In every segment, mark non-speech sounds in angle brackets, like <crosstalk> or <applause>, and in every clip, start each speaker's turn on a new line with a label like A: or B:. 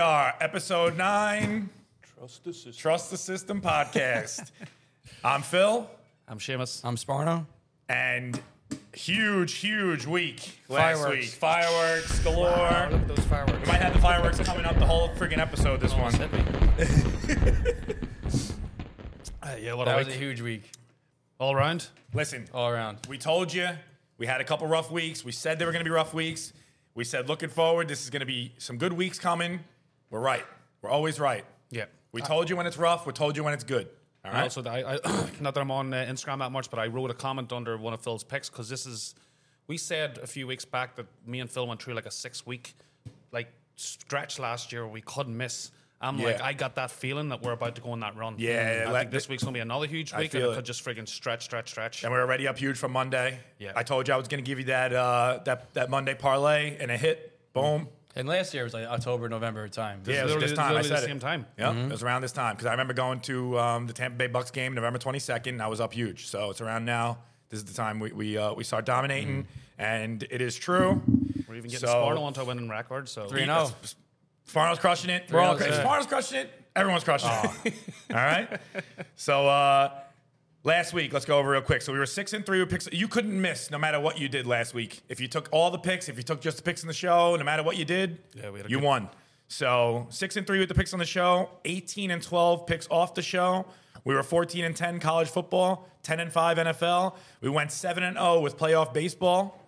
A: are, episode nine,
B: Trust the system.
A: Trust the System podcast. I'm Phil,
C: I'm Seamus.
D: I'm Sparno.
A: and huge, huge week last
D: Fireworks.
A: week. Fireworks galore.
D: Look at those
A: We
D: fireworks.
A: might have the fireworks coming up the whole freaking episode this one.
C: Hit me. Uh, yeah, what
D: That
C: a
D: was a
C: week.
D: huge week
C: All round.
A: Listen,
D: all around.
A: we told you we had a couple rough weeks. We said they were going to be rough weeks. We said, looking forward, this is going to be some good weeks coming. We're right. We're always right.
C: Yeah.
A: We told you when it's rough. We told you when it's good. All
C: I
A: right.
C: Also, I, I, <coughs> not that I'm on uh, Instagram that much, but I wrote a comment under one of Phil's picks because this is. We said a few weeks back that me and Phil went through like a six week, like stretch last year where we couldn't miss. I'm like,
A: Yeah.
C: I got that feeling that we're about to go on that run.
A: Yeah,
C: I
A: like
C: think this week's gonna be another huge week, and
A: feel
C: it,
A: it.
C: could just friggin' stretch, stretch, stretch.
A: and we are already up huge from Monday.
C: Yeah.
A: I told you I was going to give you that uh, that that Monday parlay and a hit. Boom.
D: And last year was like October, November time.
A: Yeah, it was
C: literally-
A: this time. I
C: literally the
A: said it.
C: same time. Mm-hmm.
A: Yeah, it was around this time because I remember going to um, the Tampa Bay Bucks game November 22nd. And I was up huge, so it's around now. This is the time we we, uh, we start dominating,
C: Mm-hmm.
A: and it is true.
C: We're even getting
A: So-
C: Sparta onto a winning record. So
D: Three and oh.
A: Sparno's crushing it. We're all
D: Three
A: crushing it.
D: outs, yeah.
A: Sparno's crushing it. Everyone's crushing it.
C: Oh.
A: all
C: <laughs>
A: right. So uh, last week, let's go over real quick. So we were six and three with picks. You couldn't miss no matter what you did last week. If you took all the picks, if you took just the picks in the show, no matter what you did,
C: Yeah, we had a
A: you
C: good-
A: won. So six and three with the picks on the show, 18 and 12 picks off the show. We were 14 and 10 college football, 10 and 5 NFL. We went 7 and 0 with playoff baseball.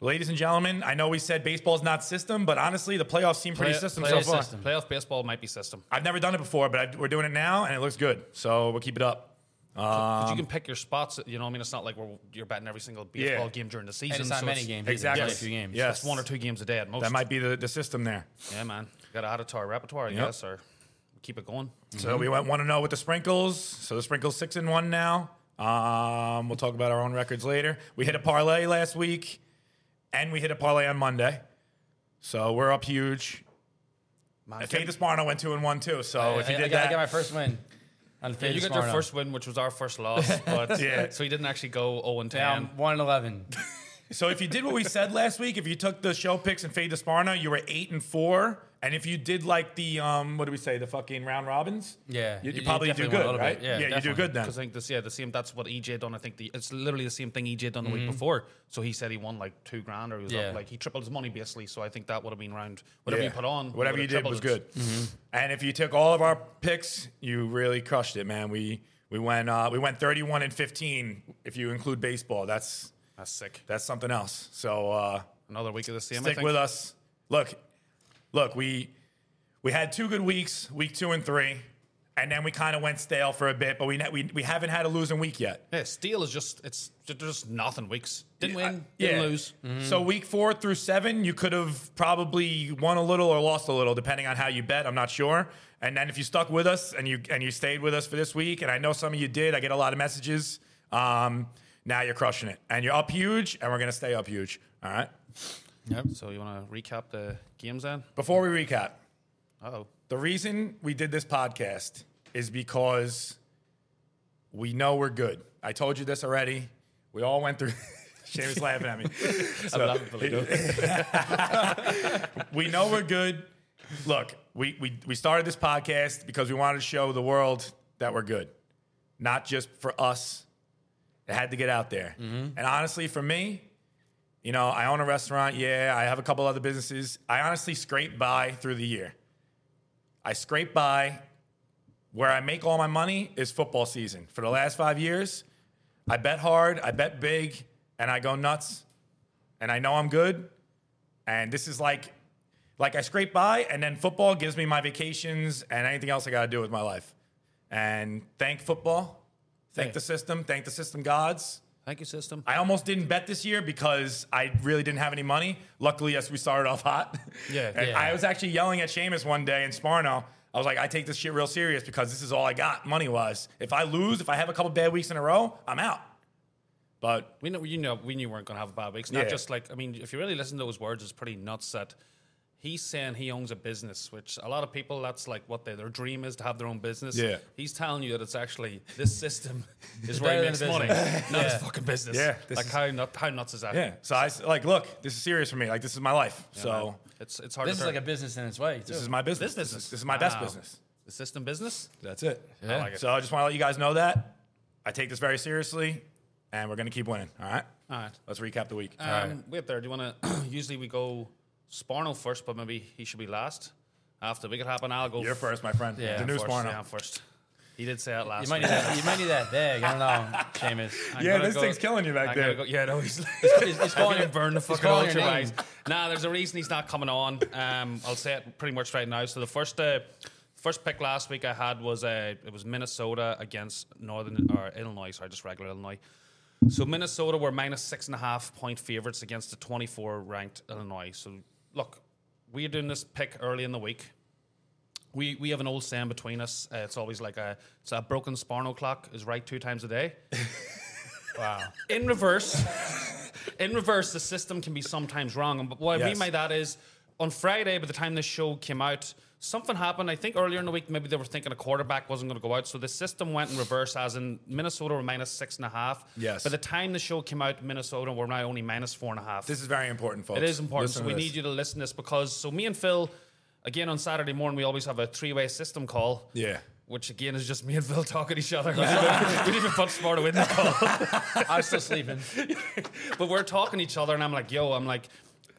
A: Ladies and gentlemen, I know we said baseball's not system, but honestly, the playoffs seem pretty
C: Play-
A: system so
C: playoff,
A: far.
C: system. playoff baseball might be system.
A: I've never done it before, but I, we're doing it now, and it looks good. So we'll keep it up.
C: 'Cause
A: Um,
C: you can pick your spots. You know, what I mean, it's not like we're, you're betting every single baseball game during the season.
D: And it's not
C: so
D: many
C: it's-
D: games.
A: Exactly.
D: Exactly. Just a few games.
A: Yes.
C: It's one or two games a day at most.
A: That might be the, the system there.
C: yeah, man. Got to add it to our repertoire, I
A: Yep.
C: guess, or keep it going.
D: Mm-hmm.
A: So we went one and zero with the sprinkles. So the sprinkles six and one now. Um, we'll talk about our own records later. We hit a parlay last week, and we hit a parlay on Monday. So we're up huge.
C: Man,
A: Faith Esparno went two and one too. So Oh, if you
D: I,
A: did
D: I, got-
A: that,
D: I got my first win on
C: yeah,
D: Fade
C: you got your first win, which was our
A: <laughs>
C: first loss. But
A: Yeah.
C: so you didn't actually go zero and ten.
D: down one eleven.
A: So if you did what we said last week, if you took the show picks and fade the Sparna, you were eight and four. And if you did like the um, what do we say, the fucking round robins?
D: Yeah,
A: you,
D: you-
A: you
D: you
A: probably do
D: definitely won a
A: good,
D: little
A: right?
D: bit. Yeah,
A: you do
D: definitely.
A: good then.
C: Because I think this, yeah, the same. That's what EJ done. I think the, it's literally the same thing EJ done the
A: Mm-hmm.
C: week before. So he said he won like two grand, or he was
D: Yeah.
C: up, like he tripled his money basically. So I think that would have been round whatever
A: Yeah.
C: you put on,
A: whatever
C: we
A: you did
C: would've tripled
A: was
C: it.
A: good. Mm-hmm. And if you took all of our picks, you really crushed it, man. We we went uh, we went thirty one and fifteen. If you include baseball, that's
C: That's sick.
A: that's something else. So uh,
C: Another week of the same. I
A: stick
C: think.
A: with us. Look, look, we we had two good weeks, week two and three, and then we kind of went stale for a bit. But we ne- we we haven't had a losing week yet.
C: Yeah, steel is just it's there's just nothing weeks. Didn't
A: I-
C: win, didn't
A: yeah. Mm-hmm.
C: lose.
A: So week four through seven, you could have probably won a little or lost a little, depending on how you bet. I'm not sure. And then if you stuck with us and you and you stayed with us for this week, and I know some of you did, I get a lot of messages. Um, now you're crushing it, and you're up huge, and we're gonna stay up huge. All right.
C: So you want to recap the games then?
A: Before we recap,
C: Oh,
A: the reason we did this podcast is because we know we're good. I told you this already. We all went through. <laughs> Seamus laughing at me. So- we know we're good. Look, we, we, we started this podcast because we wanted to show the world that we're good, not just for us. It had to get out there. And honestly, for me, you know, I own a restaurant. Yeah, I have a couple other businesses. I honestly scrape by through the year. I scrape by. Where I make all my money is football season. For the last five years, I bet hard, I bet big, and I go nuts. And I know I'm good. And this is like, like I scrape by, and then football gives me my vacations and anything else I got to do with my life. And thank football, thank
D: Yeah.
A: the system, thank the system gods.
C: <laughs> thank you, system.
A: I almost didn't bet this year because I really didn't have any money. Luckily, yes, we started off hot.
C: Yeah,
A: <laughs> and
D: yeah.
A: I was actually yelling at Seamus one day in Sparno. I was like, I take this shit real serious because this is all I got money wise. If I lose, if I have a couple bad weeks in a row, I'm out. But
C: we know you know we knew we weren't going to have a bad week. It's not
A: Yeah.
C: just like I mean, if you really listen to those words, it's pretty nuts that He's saying he owns a business, which a lot of people, that's like what they, their dream is to have their own business.
A: Yeah.
C: He's telling you that it's actually
A: <laughs>
C: this system is where
D: better
C: he
D: than
C: makes
D: a
C: money, not
D: business.
C: his
D: Yeah.
C: fucking business.
A: Yeah, this
C: Like
A: is-
C: how, nut, how nuts is that?
A: Yeah. So I s- like look. This is serious for me. Like this is my life. so
C: It's, it's hard
D: This
C: to
D: is like a
C: turn-
D: business in its way. Too.
A: this is my business.
C: this business.
A: This is my best
C: Wow.
A: business.
C: The system business?
A: That's it.
C: I like it.
A: So I just want to let you guys know that I take this very seriously, and we're gonna keep winning. All right.
C: All right.
A: Let's recap the week.
C: Um, Wait there. Do you want to? <clears throat> usually we go Sparno first, but maybe he should be last. After we could happen, I'll go.
A: You're first, my friend.
D: Yeah,
A: the new
C: first, yeah, I'm
A: Sparno.
C: first. He did say that last.
D: You might need
C: <laughs>
D: that. You might need that bag. I don't know, Seamus.
C: I'm
A: Yeah,
C: gonna
A: this
C: go-
A: thing's killing you back
C: I'm gonna
A: there.
C: Go, yeah, no,
A: <laughs>
C: he's.
D: He's, he's calling
C: Going to
D: it
C: burn the fucking
D: calling your
C: ultra
D: name.
C: wise. Nah, there's a reason he's not coming on. Um, I'll say it pretty much right now. So the first, uh, first pick last week I had was uh, it was Minnesota against Northern or Illinois. Sorry, just regular Illinois. So Minnesota were minus six and a half point favorites against the 24 ranked Illinois. So look, we're doing this pick early in the week. We we have an old saying between us. Uh, it's always like a it's a broken Sparno clock is right two times
A: <laughs>
C: a day.
D: Wow.
C: In reverse, in reverse, the system can be sometimes wrong. And what I
A: Yes.
C: mean by that is, on Friday, by the time this show came out, something happened. I think earlier in the week, maybe they were thinking a quarterback wasn't going to go out, so the system went in reverse. As in Minnesota were minus six and a half.
A: Yes.
C: By the time the show came out, Minnesota were now only minus four and a half.
A: This is very important, folks.
C: It is important.
A: Listen
C: so
A: to
C: we
A: this.
C: need you to listen to this because so me and Phil, again on Saturday morning, we always have a three-way system call.
A: Yeah.
C: Which again is just me and Phil <laughs> talking to
A: <laughs>
C: each other. we didn't even put Sparta in the call,
D: I was still sleeping.
C: <laughs> but we're talking to each other, and I'm like, "Yo, I'm like,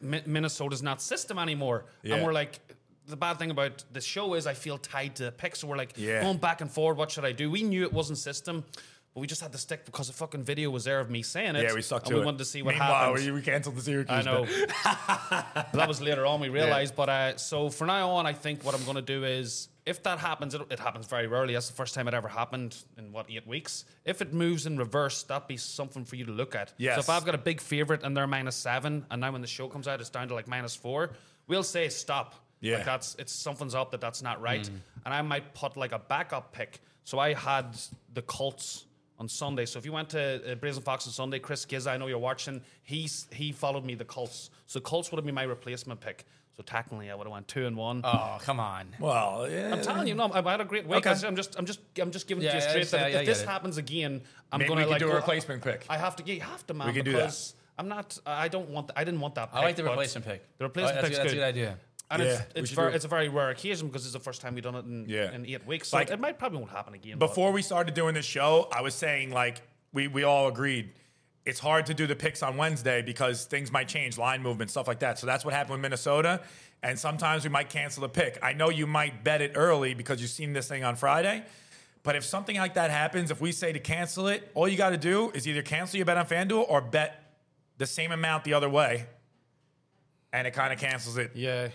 C: Mi- Minnesota's not system anymore,"
A: Yeah.
C: and we're like. The bad thing about the show is I feel tied to the pick, so we're like
A: Yeah.
C: going back and forward. What should I do? We knew it wasn't system, but we just had to stick because the fucking video was there of me saying it.
A: Yeah, we stuck to
C: and
A: it.
C: We wanted to see what
A: Meanwhile,
C: happened.
A: we, we canceled the Syracuse.
C: I know.
A: bet.
C: But <laughs> that was later on we realized. But uh, so for now on, I think what I'm going to do is if that happens, it, it happens very rarely. That's the first time it ever happened in what eight weeks. If it moves in reverse, that'd be something for you to look at.
A: Yes.
C: So if I've got a big favorite and they're minus seven, and now when the show comes out, it's down to like minus four, we'll say stop.
A: Yeah.
C: Like that's it's something's up that that's not right,
D: Mm.
C: and I might put like a backup pick. So I had the Colts on Sunday. So if you went to uh, Brazen Fox on Sunday, Chris Giza, I know you're watching. He's he followed me the Colts. So Colts would have been my replacement pick. So technically, I would have went two and one.
D: Oh, come on.
A: Well, yeah.
C: I'm telling you, no, I I had a great week.
A: Okay.
C: I said, I'm just, I'm just, I'm just giving
D: Yeah, I
C: it to you straight.
D: understand.
C: that
D: I-
C: if
D: I
C: this
D: get it.
C: happens again, I'm
A: Maybe
C: gonna
A: we could
C: like
A: do a
C: go-
A: replacement pick.
C: I have to, you have to, man.
A: We can do that.
C: because I'm not. I don't want. I didn't want that. Pick,
D: I like the
C: but
D: replacement pick.
C: The replacement
D: Oh, that's,
C: pick's
D: that's
C: good.
D: a good idea.
C: And
A: Yeah,
C: it's,
A: we
C: it's,
A: should
C: ver-
A: do it.
C: it's a very rare occasion because it's the first time we've done it in,
A: Yeah.
C: in eight weeks. So
A: Like-
C: it might probably won't happen again. but-
A: Before we started doing this show, I was saying like we we all agreed it's hard to do the picks on Wednesday because things might change, line movement, stuff like that. So that's what happened with Minnesota. And sometimes we might cancel the pick. I know you might bet it early because you've seen this thing on Friday. But if something like that happens, if we say to cancel it, all you got to do is either cancel your bet on FanDuel or bet the same amount the other way. And it kind of cancels it.
C: yeah,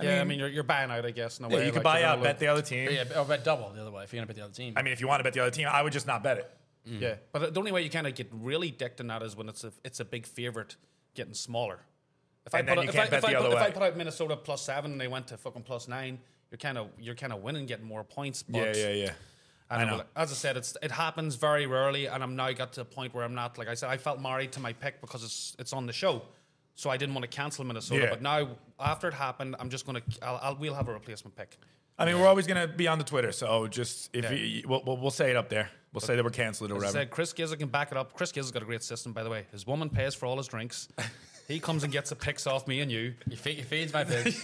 C: yeah. I
A: mean-
C: mean, you're, you're buying out, I guess. In a
A: Yeah,
C: way,
A: you could
C: like,
A: buy
C: you're
A: out,
C: gonna
A: bet the other team.
D: But yeah, or bet double the other way if you're gonna bet the other team.
A: I mean, if you want to bet the other team, I would just not bet it.
C: look- Yeah, but the only way you kind of get really dicked in that is when it's a it's a big favorite getting smaller. If
A: And
C: I
A: then
C: put out,
A: you
C: if, I,
A: can't bet
C: if, I
A: the
C: put,
A: other
C: if I
A: way.
C: put out Minnesota plus seven and they went to fucking plus nine, you're kind of you're kind of winning, getting more points. But
A: yeah.
C: I
A: know.
C: know. As I said, it's it happens very rarely, and I'm now got to a point where I'm not like I said. I felt married to my pick because it's it's on the show, so I didn't want to cancel Minnesota.
A: Yeah.
C: But now after it happened, I'm just gonna I'll, I'll we'll have a replacement pick.
A: I mean, we're always gonna be on the Twitter, so just if
C: Yeah.
A: you, we'll, we'll, we'll say it up there. We'll say that we're canceling or
C: As I
A: whatever.
C: said Chris Gizzard can back it up. Chris Gizzard's got a great system, by the way. His woman pays for all his drinks. He comes and gets the picks off me and you.
D: He, fe- he feeds
C: <laughs>
D: my picks.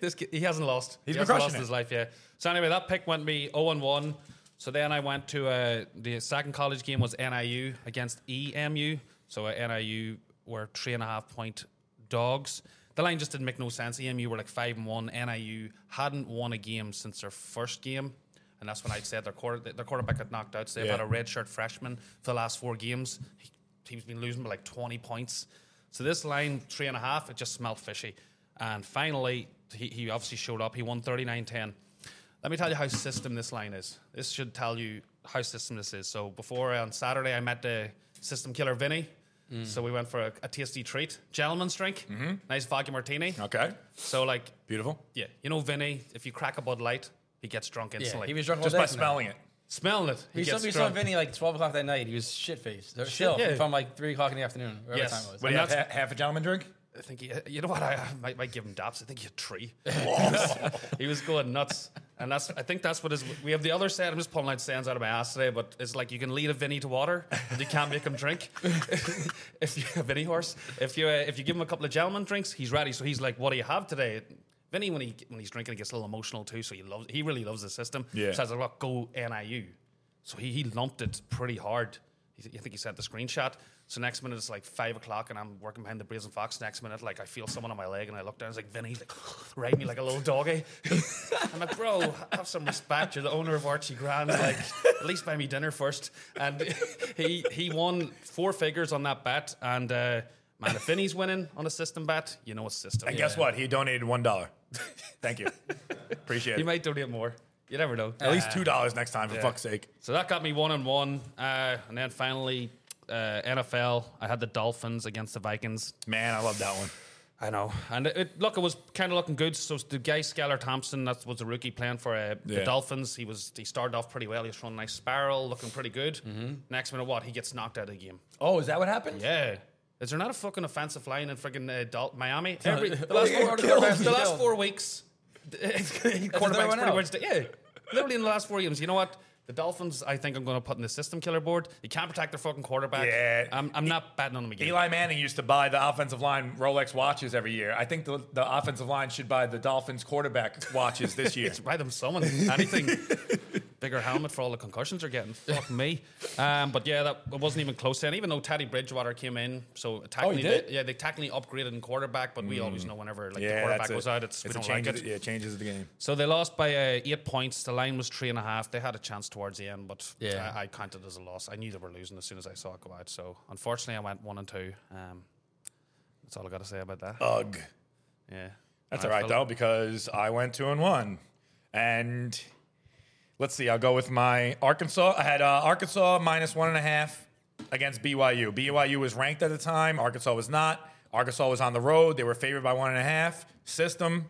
C: this kid, he hasn't lost.
A: been
C: He's he hasn't
A: crushing
C: lost
A: it.
C: his life, yeah. So anyway, that pick went me 0 and 1. So then I went to uh, the second college game was NIU against EMU. So uh, NIU were three and a half point dogs. The line just didn't make no sense. EMU were like five and one. NIU hadn't won a game since their first game, and that's when I said their quarter their quarterback got knocked out. So they've
A: Yeah.
C: had a redshirt freshman for the last four games. He, team's been losing by like 20 points. So this line, three and a half, it just smelled fishy. And finally, he, he obviously showed up. He won 39 10. Let me tell you how system this line is. This should tell you how system this is. So before on Saturday, I met the system killer Vinny.
D: Mm.
C: So we went for a, a tasty treat, gentleman's drink,
D: Mm-hmm.
C: nice vodka martini.
A: Okay,
C: So like,
A: beautiful.
C: yeah, you know Vinny. If you crack a Bud Light, he gets drunk
D: yeah,
C: instantly.
D: he was drunk all
A: Just
D: day
A: by
D: from that.
A: smelling it.
C: smelling it. He
D: We saw,
C: gets
D: we saw
C: drunk.
D: Vinny like 12 o'clock that night. He was shit faced. Still
C: yeah.
D: from like 3 o'clock in the afternoon, whatever
C: Yes.
D: time it was.
A: What do
C: And
A: you have?
C: that's-
A: ha- Half a gentleman drink.
C: I think he, you know what? I, I might, might give him daps. I think he
D: <laughs>
C: had three. he was going nuts, and that's. I think that's what is. We have the other side. I'm just pulling out stands out of my ass today, but it's like you can lead a Vinny to water, but you can't make him drink. <laughs> if you a Vinny horse, if you uh, if you give him a couple of gentleman drinks, he's ready. So he's like, "What do you have today?" Vinny, when he when he's drinking, he gets a little emotional too. So he loves. He really loves the system.
A: Yeah.
C: So I was like, "Look, go NIU." So he, he lumped it pretty hard. He, I think he sent the screenshot. So next minute it's like five o'clock and I'm working behind the brazen fox. Next minute, like I feel someone on my leg and I look down. It's like Vinny's like riding me like a little doggy. <laughs> I'm like, bro, have some respect. You're the owner of Archie Grand. Like, at least buy me dinner first. And <laughs> he he won four figures on that bet. And uh, man, if Vinny's winning on a system bet, you know it's system.
A: And guess what? He donated one <laughs> dollar. Thank you. Appreciate
C: He
A: it.
C: might donate more. You never know.
A: At least two dollars next time, for fuck's sake.
C: So that got me one and one, uh, and then finally uh, NFL. I had the Dolphins against the Vikings.
A: Man, I love that one.
C: I know, and it, it- look, it was kind of looking good. So the guy Skylar Thompson, that was a rookie playing for uh,
A: Yeah.
C: the Dolphins. He was he started off pretty well. He was throwing a nice spiral, looking pretty good. Next minute, what he gets knocked out of the game.
D: Oh, is that what happened?
C: Yeah. Is there not a fucking offensive line in friggin' uh, Dal- Miami?
A: <laughs>
C: Every, the,
D: Oh,
C: last
D: yeah,
C: four,
D: killed,
C: the last
D: killed.
C: four weeks, <laughs> quarterbacks
D: everyone
C: pretty
D: else.
C: much. Yeah, literally in the last four games. You know what? The Dolphins, I think I'm going to put in the system killer board. They can't protect their fucking quarterback.
A: Yeah.
C: I'm, I'm not batting on them again.
A: Eli Manning used to buy the offensive line Rolex watches every year. I think the, the offensive line should buy the Dolphins quarterback watches <laughs> this year.
C: Buy them someone, anything. Bigger helmet for all the concussions they're getting. Fuck me. Um, but yeah, that it wasn't even close then. Even though Teddy Bridgewater came in,
A: Oh,
C: so
D: he
C: technically,
D: did?
C: yeah, they technically upgraded in quarterback. But we always know whenever like the
A: Hmm. yeah,
C: quarterback
A: that's it.
C: goes out, it's, we
A: It's a
C: don't
A: change
C: like
A: of
C: it.
A: the- yeah, it changes the game.
C: So they lost by uh, eight points. The line was three and a half. They had a chance towards the end, but
D: Yeah.
C: I, I counted it as a loss. I knew they were losing as soon as I saw it go out. So unfortunately, I went one and two. Um, that's all I got to say about that.
A: Ugh.
C: yeah,
A: That's all right though, because I went two and one, and let's see. I'll go with my Arkansas. I had uh, Arkansas minus one and a half against BYU. BYU was ranked at the time. Arkansas was not. Arkansas was on the road. They were favored by one and a half. System,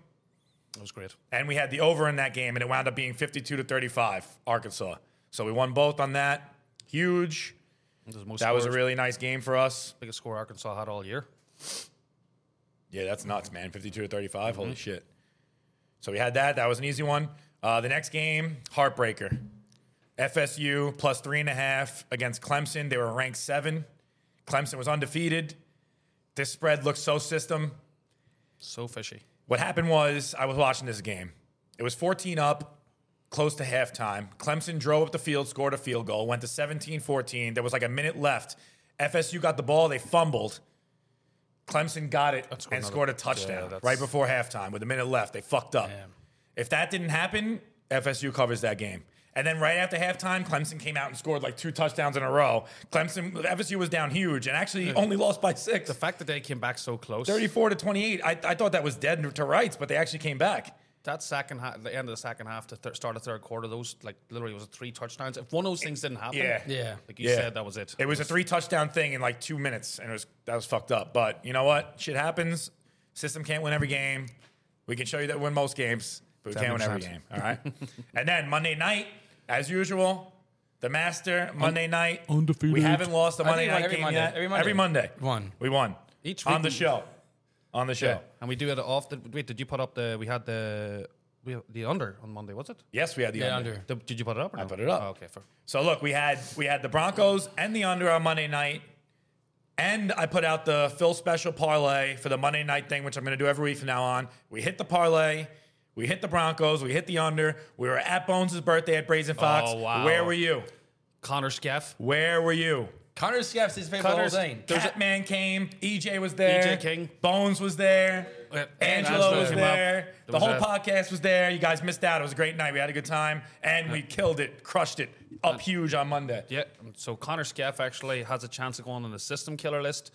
C: It was great.
A: and we had the over in that game, and it wound up being fifty-two to thirty-five. Arkansas. So we won both on that. Huge.
C: It was the most
A: That was a
C: scores-
A: really nice game for us.
C: biggest score Arkansas had all year.
A: Yeah, that's nuts, man. 52 to 35. Holy shit. So we had that. That was an easy one. Uh, the next game, heartbreaker. FSU plus three and a half against Clemson. They were ranked seven. Clemson was undefeated. This spread looked so system.
C: So fishy.
A: What happened was I was watching this game. It was 14 up, close to halftime. Clemson drove up the field, scored a field goal, went to 17 14. There was like a minute left. FSU got the ball, they fumbled. Clemson got it
C: scored
A: and
C: another-
A: scored a touchdown
C: that's-
A: right before halftime with a minute left. They fucked up.
D: Damn.
A: If that didn't happen, FSU covers that game. And then right after halftime, Clemson came out and scored like two touchdowns in a row. Clemson, FSU was down huge and actually only lost by six.
C: The fact that they came back so close.
A: 34 to 28. I, I thought that was dead to rights, but they actually came back.
C: That second half, the end of the second half to th- start of third quarter, those like literally was three touchdowns. If one of those things didn't happen,
A: Yeah.
D: Yeah.
C: like you
A: Yeah.
C: said, that was it.
A: It was a three touchdown thing in like two minutes, and it was that was fucked up. But you know what? Shit happens. System can't win every game. We can show you that we win most games, but we can't win every
C: 100%.
A: game. All right. <laughs> and then Monday night, as usual, the master Monday night. Undefeated. We haven't lost a
D: I think
A: Monday
D: we won
A: night
D: every
A: game
D: Monday.
A: yet.
D: Every Monday.
A: We
D: Won.
A: We won.
C: Each
A: on
C: week
A: the
C: we-
A: show. On the show.
C: And we do it off the. Wait, did you put up the? We had the. We the under on Monday, was it?
A: Yes, we had the
D: Yeah,
A: under.
D: under.
C: The- did you put it up? Or I
A: put it up.
C: Oh, okay, fair.
A: So look, we had we had the Broncos and the under on Monday night, and I put out the Phil special parlay for the Monday night thing, which I'm going to do every week from now on. We hit the parlay, we hit the Broncos, we hit the under. We were at Bones' birthday at Brazen Fox.
C: Oh, wow.
A: Where were you?
C: Connor Skeff,
A: Where were you?
D: Connor Skeff's his favorite
C: Connor's-
D: whole thing.
C: There's a-
A: Catman came. EJ was there.
C: EJ E King.
A: Bones was there.
C: Yeah,
A: Angelo
C: Angelo
A: was
C: came up.
A: there. The
C: There was
A: whole
C: a-
A: podcast was there. You guys missed out. It was a great night. We had a good time, and we killed it, crushed it, up huge on Monday.
C: yeah. So Connor Skeff actually has a chance of going on the system killer list,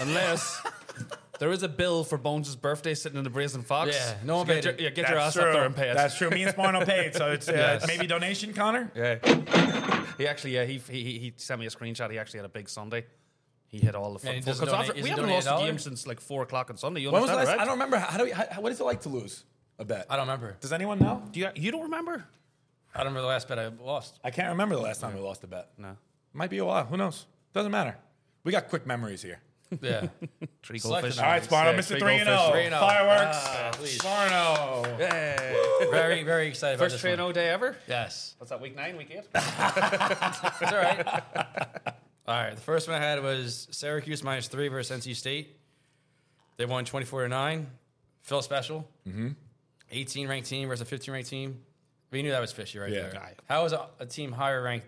C: unless there is a bill for Bones' birthday sitting in the Brazen Fox.
D: Yeah, no one
C: So get
D: paid
C: your,
D: it.
C: yeah, get your ass up there and pay it.
A: That's true. Me and Sparno paid, so it's uh,
C: Yes.
A: maybe donation, Connor.
C: He actually, yeah, he, he he- he sent me a screenshot. He actually had a big Sunday. He hit all the
D: And he doesn't
C: football. Because
D: donate-
C: after-
D: is he
C: we haven't
D: donating
C: lost
D: a
C: a
D: dollar?
C: game since like four o'clock on Sunday. You
A: When was the last?
C: understand, right?
A: I don't remember. How do we, how, what is it like to lose a bet?
D: I don't remember.
A: Does anyone know?
C: Do you, you don't remember?
D: I don't remember the last bet I lost.
A: I can't remember the last time we lost a bet.
C: No.
A: Might be a while. Who knows? Doesn't matter. We got quick memories here.
C: <laughs>
D: Yeah.
C: Three
D: Selected
C: goldfish.
A: All right, Sparno,
C: Yeah,
A: Mr.
C: three
A: 3 and 0.
C: goldfish.
D: 3 and 0.
A: Fireworks.
D: Ah, please.
A: Sparno.
D: oh. very, very excited about
C: First
D: this.
C: three and
D: one.
C: O day ever.
D: Yes.
C: What's that? Week nine, week eight.
D: That's all right. <laughs> all right. The first one I had was Syracuse minus three versus NC State. They won 24 to 9. Phil Special. Mm-hmm. 18 ranked team versus a 15 ranked team. We knew that was fishy right
A: Yeah.
D: there.
C: Right.
D: How is a, a team higher ranked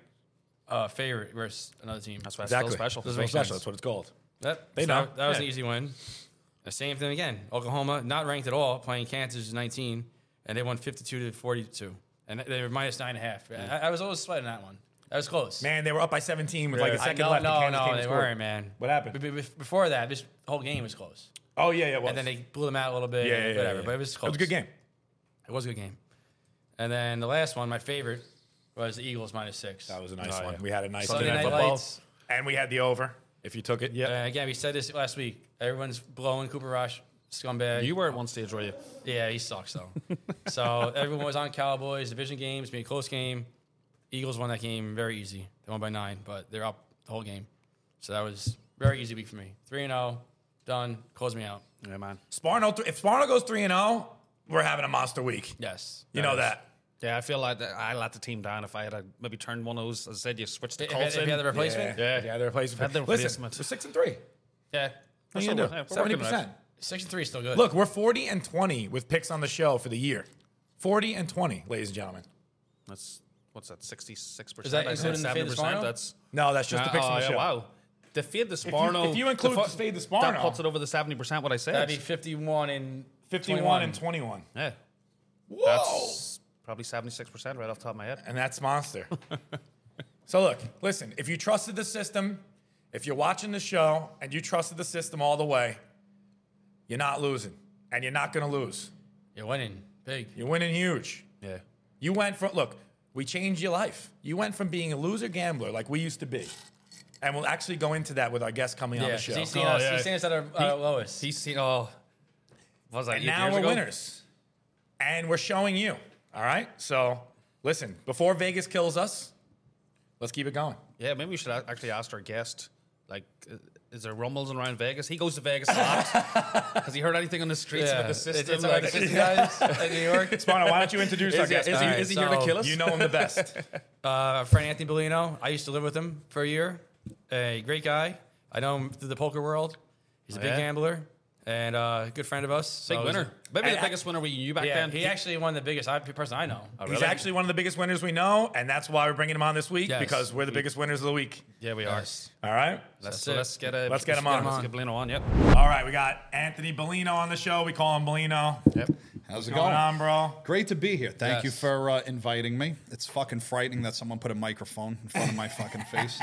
D: uh, favorite versus another team?
C: That's why
A: Exactly.
C: it's still
A: This
C: special.
A: is real
D: Makes
A: special.
D: sense.
A: That's what it's called.
D: Yep.
A: They
D: So
A: know.
D: That, that was
A: Yeah.
D: an easy win. The same thing again. Oklahoma, not ranked at all, playing Kansas 19, and they won 52 to 42. And they were minus nine and a half.
A: Mm.
D: I, I was always sweating that one. That was close.
A: Man, they were up by 17 with like a
C: Yeah.
A: second
D: I, no,
A: left. and
D: No,
A: Kansas
D: no,
A: came
D: they
A: and scored.
D: weren't, man.
A: What happened?
D: Be- be- before that, this whole game was close.
A: Oh, yeah, yeah, it was.
D: And then they blew them out a little bit.
A: yeah, yeah,
D: and
A: yeah,
D: whatever.
A: yeah.
D: But it was
A: It
D: close.
A: was a good game.
D: It was a good game. And then the last one, my favorite, was the Eagles minus six.
A: That was a nice
C: Oh,
A: one.
C: yeah.
A: We had a nice
D: Sunday
A: Sunday
D: Night
A: football.
D: Lights.
A: And we had the over, if you took it.
C: Yeah.
D: Uh, again, we said this last week. Everyone's blowing Cooper Rush, scumbag.
C: You were at one stage, were you?
D: Yeah, he sucks though. so everyone was on Cowboys division games, being a close game. Eagles won that game very easy. They won by nine, but they're up the whole game. So that was very easy week for me. Three and zero, done. Close me out.
C: Yeah, man.
A: Sparno, th- if Sparno goes 3 and 0, we're having a monster week.
D: Yes,
A: You know that.
C: Yeah, I feel like that I let the team down if I had a, maybe turned one of those. As I said, you switched to
D: If, if,
C: Colson.
D: if you had the replacement,
A: Yeah,
C: Yeah.
A: yeah they're replacement.
C: Had the
A: Listen, we're
C: replacement.
A: 6 and 3. What
D: yeah,
A: are you
C: That's
A: going
C: all- yeah,
A: to
C: we're
A: do?
C: working on
A: 70%.
C: it.
D: six and three is still good.
A: Look, we're 40 and 20 with picks on the show for the year. 40 and 20, ladies and gentlemen.
C: That's what's that? Sixty-six percent.
D: Is that including the fade this morning?
C: That's
A: No, that's just the picks
C: Uh,
A: on the
C: yeah,
A: show.
C: Wow. The fade the Sparno.
A: if you include
C: fu-
A: the fade the Sparno-
C: that puts it over the seventy percent. What I said.
D: that'd be fifty-one and
A: 51 and 21.
C: yeah.
A: Whoa.
C: That's probably seventy-six percent right off the top of my head.
A: and that's
C: <laughs>
A: monster. so look, listen, if you trusted the system, if you're watching the show and you trusted the system all the way, you're not losing and you're not going to lose.
D: You're winning big.
A: You're winning huge.
C: Yeah.
A: You went from look, we changed your life. You went from being a loser gambler like we used to be. And we'll actually go into that with our guest coming on
D: Yeah,
A: the
D: 'cause
A: show.
D: he's seen
C: Oh,
D: us.
C: yeah.
D: He's seen us at our, our lowest.
C: He's seen. Oh, was that
A: And
C: eight
A: now
C: years
A: we're
C: ago?
A: winners. And we're showing you. All right? So, listen, before Vegas kills us, let's keep it going.
C: Yeah, maybe we should a- actually ask our guest. Like, uh, is there rumbles around Vegas? He goes to Vegas a lot. Has he heard anything on the streets
D: yeah,
C: about the system?
D: It's, it's
C: like, <laughs>
D: like six guys in New York.
A: Sparno, why don't you introduce our
C: is, he-
A: guest?
C: is he,
A: man?
C: is he here to
D: so-
C: kill us?
A: You know him the best.
D: uh, friend Anthony Bellino. I used to live with him for a year. A great guy. I know him through the poker world. He's a
C: Oh,
D: big
C: yeah?
D: gambler and uh, a good friend of us. So
C: Big
D: it was-
C: winner. Maybe
A: And
C: the
A: I-
C: biggest winner we knew back
D: Yeah,
C: then.
D: he, actually won the biggest I, person I know.
A: He's
C: <laughs> Really?
A: actually one of the biggest winners we know, and that's why we're bringing him on this week
D: Yes.
A: because we're the biggest winners of the week.
C: yeah, we are.
D: Yes.
A: All right.
C: Let's,
D: That's it.
C: let's get a,
A: Let's get him on.
C: Let's get Blino on. Yep.
A: All right. We got Anthony Bellino on the show. We call him Bellino.
C: Yep.
B: How's it
A: Going
B: going?
A: on, bro.
B: Great to be here. Thank you
D: Yes.
B: for uh, inviting me. It's fucking frightening that someone put a microphone in front of my fucking face.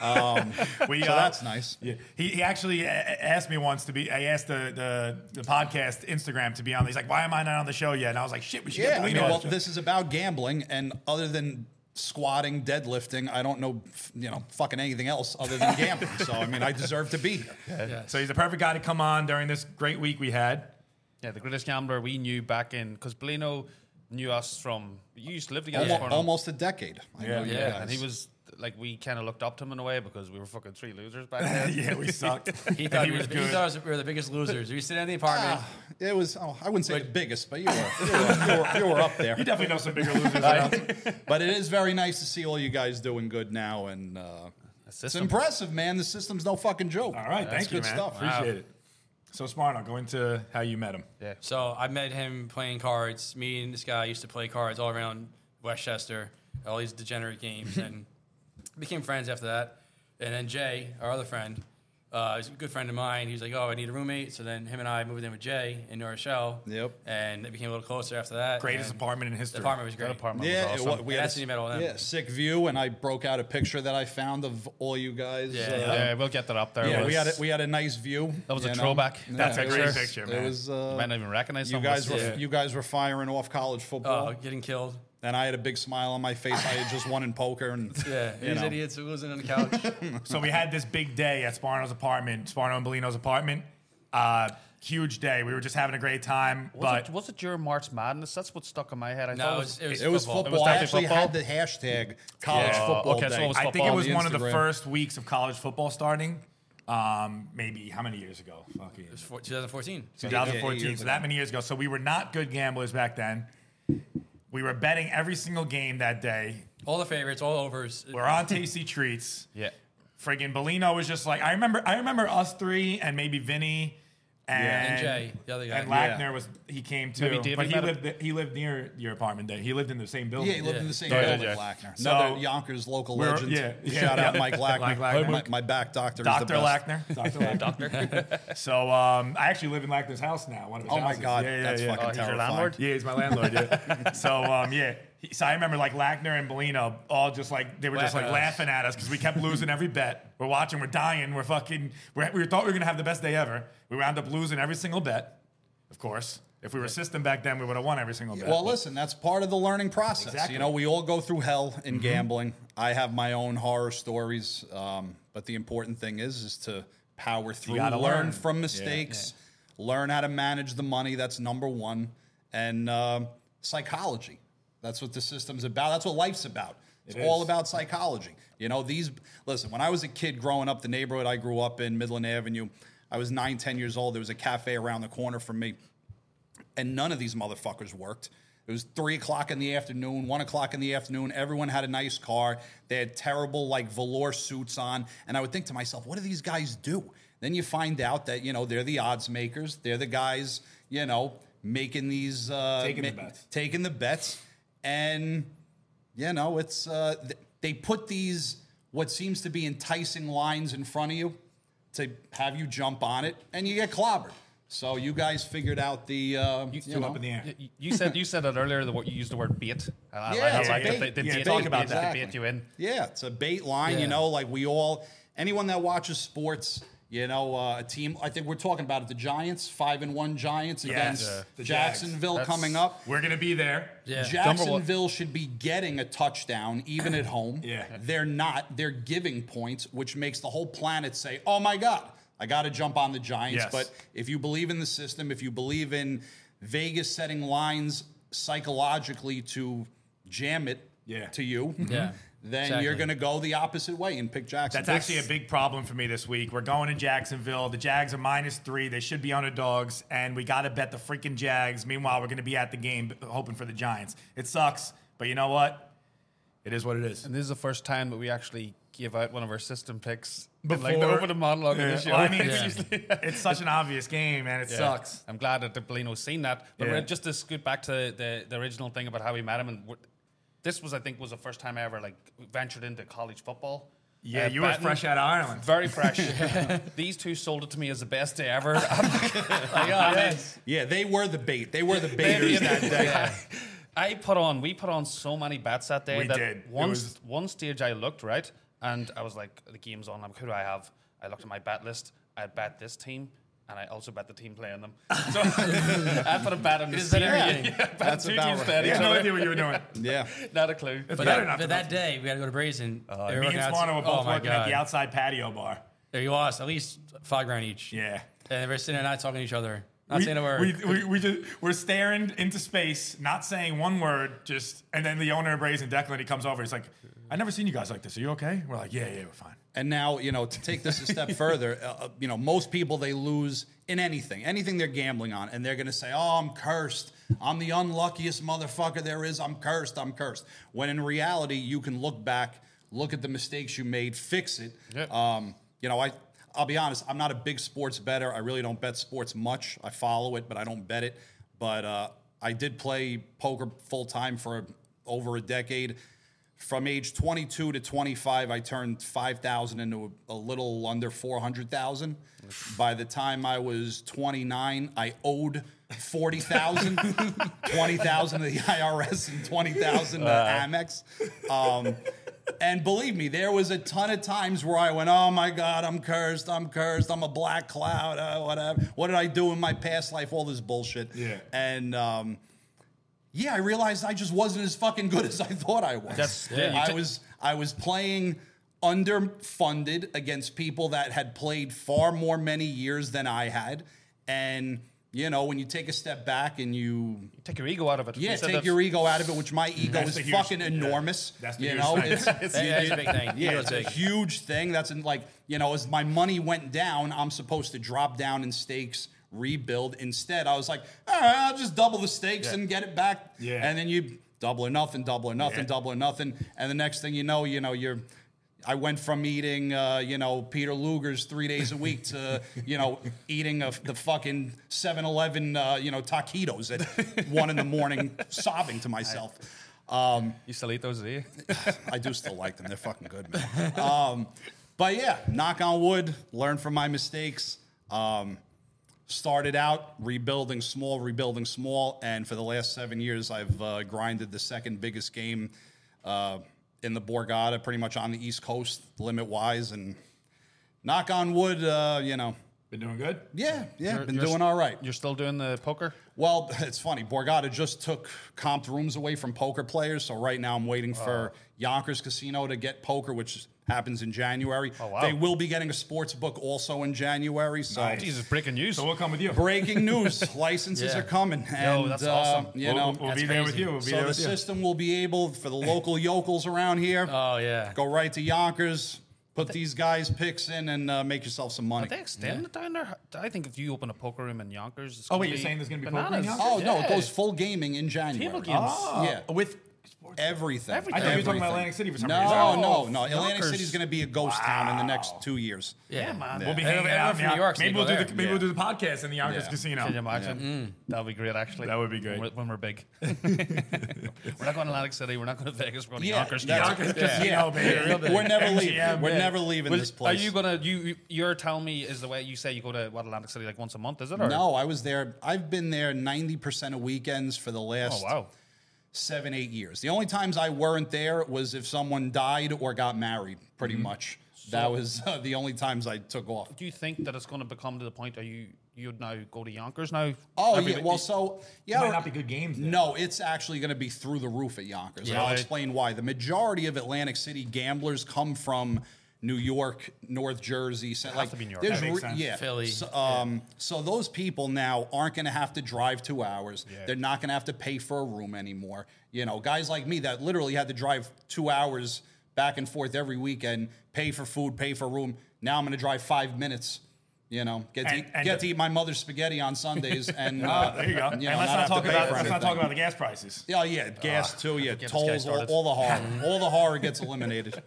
B: Um,
A: We,
B: so that's nice.
A: Yeah. He, he actually a- a- asked me once to be. I asked the, the the podcast Instagram to be on. He's like, "Why am I not on the show yet?" And I was like, "Shit, we should
B: Yeah,
A: get
B: I
A: Bellino."
B: mean,
A: on
B: well,
A: the show.
B: this is about gambling, and other than squatting, deadlifting, I don't know, f- you know, fucking anything else other than gambling. so I mean, I deserve to be here.
A: so he's the perfect guy to come on during this great week we had.
C: Yeah, the greatest gambler we knew back in because Blino knew us from you used to live together.
B: Almo-
C: for him.
B: Almost a decade. I know you
D: yeah,
B: guys.
C: and he was like we kind of looked up to him in a way because we were fucking three losers back then.
A: yeah, we <laughs> sucked.
D: He
A: And
D: thought,
A: he
D: we,
A: was
D: he
A: good.
D: thought we were the biggest losers. We sit in the apartment.
B: Ah, it was. Oh, I wouldn't say the biggest, but you were, you were, you were, you were up there.
A: <laughs> You definitely know some bigger losers. around.
B: but it is very nice to see all you guys doing good now, and uh, it's
C: system.
B: impressive, man. The system's no fucking joke.
A: All right,
B: That's
A: thank you,
B: good
A: man.
B: stuff.
A: Appreciate it. So, Sparno, go into how you met him.
C: yeah.
D: So I met him playing cards. Me and this guy used to play cards all around Westchester, all these degenerate <laughs> games, and became friends after that. And then Jay, our other friend, uh, he's a good friend of mine. He's like, "Oh, I need a roommate." So then him and I moved in with Jay in New Rochelle.
B: Yep.
D: And it became a little closer after that.
A: Greatest
D: and
A: apartment in
D: The
A: history.
D: apartment was great.
C: That apartment
B: Yeah,
C: was
B: it
C: awesome.
B: wa- we
D: Yeah,
B: had a
D: that's when you met all them.
B: yeah, sick view, and I broke out a picture that I found of all you guys.
D: Yeah.
B: uh,
C: yeah, we'll get that up there.
B: yeah,
C: It
B: we
C: was-
B: had a, we had a nice view.
C: That was a
B: you know?
C: throwback.
A: That's a
B: it
A: great
B: was-
A: picture,
B: It
A: man.
B: was.
C: might not
B: Uh,
C: even recognize
B: you
C: some of us.
B: guys were you guys were firing off college football,
D: Oh, getting killed.
B: and I had a big smile on my face. I had just won in poker, and
D: Yeah,
B: you
D: these
B: know.
D: idiots are losing on the couch.
A: So we had this big day at Sparno's apartment, Sparno and Bellino's apartment. Uh, huge day. We were just having a great time.
C: Was,
A: but
C: it, was it your March Madness? That's what stuck in my head.
D: <laughs>
C: I
D: No,
C: thought
D: it
C: it was,
D: was- it was-
B: It was
D: Football.
B: football.
D: It
C: was
B: I
C: definitely
B: actually
C: football?
B: had the hashtag college
C: Yeah.
B: football
C: Oh, Okay, so
B: day.
C: it was
A: I think it
C: football.
A: was
B: The
A: one of the
B: Instagram.
A: first weeks of college football starting. um, maybe how many years ago? Fuck it.
D: was four- 2014.
B: eight
A: 2014,
B: years
A: so that many years ago. So we were not good gamblers back then. We were betting every single game that day.
D: All the favorites, all overs.
A: We're on
B: <laughs>
A: tasty treats.
C: Yeah.
A: Friggin' Bellino was just like I remember. I remember us three and maybe Vinny and,
D: And Jay, the other guy.
A: And
B: Yeah.
A: Lackner was he came too,
C: Maybe David
A: but he
C: met him.
A: lived he lived near your apartment. There, he lived in the same building.
B: Yeah, he lived in the same
C: Yeah,
B: building,
C: yeah, yeah.
B: Lackner.
A: So-
B: Another Yonkers local
A: We're-
B: legend.
A: yeah, yeah,
B: Shout out
A: yeah. <laughs>
B: Mike Lackner.
A: Mike Lackner.
B: My, my back doctor is the
A: Doctor
B: best.
A: Lackner. Doctor Lackner. <laughs>
C: <laughs>
A: So um, I actually live in Lackner's house now. One of his
B: Oh my
A: houses.
B: God, that's fucking
C: Oh, he's your
B: terrifying.
C: landlord?
A: Yeah, he's my landlord.
B: <laughs>
A: Yeah. so um, yeah. He- So I remember like Lackner and Bellino all just like they were just like
D: Laughing
A: laughing at
D: at us.
A: us because we kept losing every bet. We're watching, we're dying, we're fucking. We're, we thought we were gonna have the best day ever. We wound up losing every single bet. Of course, if we were system back then, we would have won every single bet.
B: Well, listen, that's part of the learning process.
A: Exactly. Mm-hmm.
B: You know, we all go through hell in gambling. I have my own horror stories, um, but the important thing is is to power through, learn,
A: gotta learn.
B: from mistakes, learn how to manage the money. That's number one, and um, psychology. That's what the system's about. That's what life's about. It's
A: It
B: all
A: is.
B: about psychology. You know, these listen, when I was a kid growing up, the neighborhood I grew up in, Midland Avenue, I was nine, ten years old. There was a cafe around the corner from me and none of these motherfuckers worked. It was three o'clock in the afternoon, one o'clock in the afternoon. Everyone had a nice car. They had terrible like velour suits on, and I would think to myself, what do these guys do? Then you find out that you know they're the odds makers. They're the guys you know making these uh,
A: Taking the bets.
B: taking the bets, and you know it's uh, th- they put these what seems to be enticing lines in front of you to have you jump on it, and you get clobbered. So you guys figured out the uh, you,
A: Two
B: know,
A: up in the air.
C: You- You said you said it earlier. The word, you used the word bait. And I,
B: Yeah,
C: I like
A: it's a
C: it. They,
B: bait.
C: they
A: Yeah,
C: bait
A: talk
C: you,
A: about
C: they
B: that.
C: bait you in.
B: Yeah, it's a bait line.
D: Yeah.
B: You know, like we all, anyone that watches sports, you know, uh, a team. I think we're talking about it. The Giants, five and one Giants
A: Yes.
B: against
A: Yeah. The Jags.
B: Jacksonville
C: That's-
B: coming up.
A: We're gonna be there.
D: Yeah.
B: Jacksonville should be getting a touchdown even at home.
A: <clears throat> Yeah.
B: They're not. They're giving points, which makes the whole planet say, "Oh my god, I got to jump on the Giants."
A: Yes.
B: But if you believe in the system, if you believe in Vegas setting lines psychologically to jam it
A: Yeah.
B: to you,
D: Yeah.
B: <laughs> then
D: Exactly.
B: you're going to go the opposite way and pick Jackson.
A: That's actually a big problem for me this week. We're going to Jacksonville. The Jags are minus three. They should be underdogs, and we got to bet the freaking Jags. Meanwhile, we're going to be at the game hoping for the Giants. It sucks, but you know what? It is what it is.
C: And this is the first time that we actually give out one of our system picks. Before, like the
A: Before-
C: opening monologue of
A: Yeah.
C: the show.
A: Well, I mean,
C: <laughs> It's
A: it's,
C: usually-
A: it's such an obvious game, and it
C: Yeah.
A: sucks.
C: I'm glad that Delino's seen that. But
A: Yeah.
C: we're- just to scoot back to the, the original thing about how we met him, and what- this was, I think, was the first time I ever like ventured into college football.
A: Yeah,
C: Uh,
A: you were
C: batting-
A: fresh out of Ireland.
C: Very
A: <laughs>
C: fresh. These two sold it to me as the best day ever. <laughs> like, oh, yes.
B: yeah. They were the bait.
A: <laughs>
B: They were the baiters that day.
C: I put on, we put on so many bets that day
A: We
C: that
A: did. It
C: one,
A: was-
C: st- one stage I looked, right? And I was like, the game's on. I'm like, who do I have? I looked at my bet list. I bet this team. And I also bet the team
A: <laughs>
C: playing them. So <laughs> I put a bet on this
D: is that
C: team.
D: everything?
B: That's
C: two
B: about
C: teams
B: right.
C: bet
A: I
C: each
A: had no
C: other.
A: idea what you were
C: <laughs>
A: doing.
B: Yeah.
C: Not a clue.
A: It's
D: But
A: better
D: that,
A: not to
D: but that day, we got to go to Brazen. Uh,
A: Me and Swana were
C: Oh,
A: both working at the outside patio bar.
D: We lost at least five grand each.
A: Yeah.
D: And we're sitting there not talking to each other, not
A: we,
D: saying a word.
A: We, we, we just, we're staring into space, not saying one word, just, and then the owner of Brazen Declan, he comes over, he's like, I've never seen you guys like this. Are you okay? We're like, yeah, yeah, we're fine.
B: And now, you know, to take this a step further, uh, uh, you know, most people they lose in anything, anything they're gambling on, and they're going to say, "Oh, I'm cursed. I'm the unluckiest motherfucker there is. I'm cursed. I'm cursed." When in reality, you can look back, look at the mistakes you made, fix it.
C: Yep.
B: Um, you know, I I'll be honest, I'm not a big sports better. I really don't bet sports much. I follow it, but I don't bet it. But uh, I did play poker full time for over a decade from age 22 to 25 i turned 5000 into a, a little under 400000 by the time i was 29 i owed 40000 20000 to the irs and 20000 to amex um, and believe me there was a ton of times where i went oh my god i'm cursed i'm cursed i'm a black cloud uh, whatever what did i do in my past life all this bullshit
A: Yeah.
B: and um, yeah, I realized I just wasn't as fucking good as I thought I was.
C: That's- yeah, you
B: I
C: ta-
B: was I was playing underfunded against people that had played far more many years than I had, and You know, when you take a step back and you
C: Take your ego out of it.
B: yeah,
C: Instead
B: take
C: of-
A: e-
B: your ego out of it, which my ego
A: That's
B: is
A: the huge-
B: fucking
A: yeah.
B: enormous.
A: <laughs> That's the
B: you
A: huge
B: know,
A: thing.
B: it's,
D: That- that's a big thing.
B: yeah,
D: Ego's
B: it's a
D: big.
B: huge thing. That's in, like you know, as my money went down, I'm supposed to drop down in stakes, rebuild. Instead, I was like, all right, I'll just double the stakes
A: Yeah.
B: and get it back.
A: Yeah.
B: and then you double or nothing, double or nothing,
A: Yeah.
B: double or nothing, and the next thing you know, you know you're. I went from eating, uh, you know, Peter Luger's three days a week to, <laughs> you know, eating a, the fucking 7-Eleven, uh, you know, taquitos at one in the morning, sobbing to myself. Um,
C: You still eat those, do you?
B: I do still like them; they're fucking good, man. Um, but yeah, knock on wood. Learn from my mistakes. Um, started out rebuilding small, rebuilding small, and for the last seven years, I've uh, grinded the second biggest game uh, in the Borgata, pretty much on the East Coast, limit wise, and knock on wood, uh, you know.
A: Been doing good?
B: Yeah, yeah, been
C: you're
B: doing
C: s-
B: all right.
C: You're still doing the poker?
B: Well, <laughs> it's funny. Borgata just took comped rooms away from poker players, so right now I'm waiting for Yonkers Casino to get poker, which happens in January. Oh,
C: wow.
B: They will be getting a sports book also in January. So,
A: Nice.
C: Jesus, breaking news.
A: So we'll come with you.
B: breaking news: licenses
D: Yeah.
B: are coming, and
C: that's
B: uh,
C: awesome.
B: you
A: we'll,
B: know,
A: we'll
D: that's
A: be there with
D: crazy.
A: you. We'll be
B: so
A: there
B: the
A: with you.
B: system will be able for the local yokels around here
C: Uh,
D: Oh yeah.
B: go right to Yonkers, put these guys' picks in, and uh, make yourself some money.
C: Are they extend it down there? I think if you open a poker room in Yonkers, it's
A: Oh, wait,
C: gonna
A: you're
C: be
A: saying there's gonna be poker in
C: bananas.
A: Yonkers?
B: Oh no, it
C: Yeah.
B: goes full gaming in January.
C: Table games.
B: Yeah.
A: Ah. With
B: Everything.
A: I
C: Everything. Oh,
A: thought you were talking about
B: Everything.
A: Atlantic City for some
B: no,
A: reason.
B: No, no, Atlantic
C: Yonkers.
B: City's going to be a ghost town in the next
A: Wow.
B: two years.
C: Yeah, man.
A: We'll be
D: Yeah.
A: hanging
D: Everyone
A: out
D: from
A: now.
D: New York's
A: Maybe
D: gonna
A: we'll
D: go
A: do the
D: there.
A: maybe we'll do the podcast in the Yonkers
B: Yeah.
C: Can you
A: Casino.
C: imagine? That would be great, actually.
A: Mm. That would be great.
C: When we're, when
A: <laughs>
C: we're big. we're not going to Atlantic City. We're not going to Vegas. We're going to
B: Yeah,
C: Yonkers.
B: that's-
C: Yonkers.
B: Yeah.
A: Casino, baby.
D: Real big.
B: We're never leaving.
A: MGM, <laughs>
B: We're
A: yeah.
B: never leaving
C: Well,
B: this place.
C: Are you gonna you you- you're telling me is the way you say you go to what Atlantic City like once a month? Is it or
B: no, I was there. I've been there 90% of weekends for the
C: Oh
B: last
C: wow.
B: seven, eight years. The only times I weren't there was if someone died or got married, pretty
C: Mm-hmm.
B: much. that was uh, the only times I took off.
C: Do you think that it's going to become to the point? Are you you'd now go to Yonkers now?
B: Oh,
C: Every-
B: yeah. Well, so, yeah.
A: Might not be good games. then.
B: No, it's actually going to be through the roof at Yonkers. and I'll
C: Really?
B: explain why. The majority of Atlantic City gamblers come from New York, North Jersey. So, like,
C: to be New York.
B: there's
A: That makes
B: re-
A: sense.
B: Yeah.
D: Philly.
B: So, um, so those people now aren't going to have to drive two hours. They're not going to have to pay for a room anymore. You know, guys like me that literally had to drive two hours back and forth every weekend, pay for food, pay for room. Now I'm going to drive five minutes. You know, get to,
A: And-
B: eat,
A: and- Oh,
B: get to eat my mother's spaghetti on
A: <laughs>
B: Sundays, and uh,
A: There you go. And
B: know,
A: let's
B: have
A: not
B: to
A: talk
B: pay
A: about
B: for
A: let's not
B: anything.
A: talk about Ah. the gas prices.
B: Yeah, yeah, gas too. Yeah,
C: this guy
B: tolls, all,
C: started.
B: all
A: <laughs>
B: the horror, all the horror gets eliminated.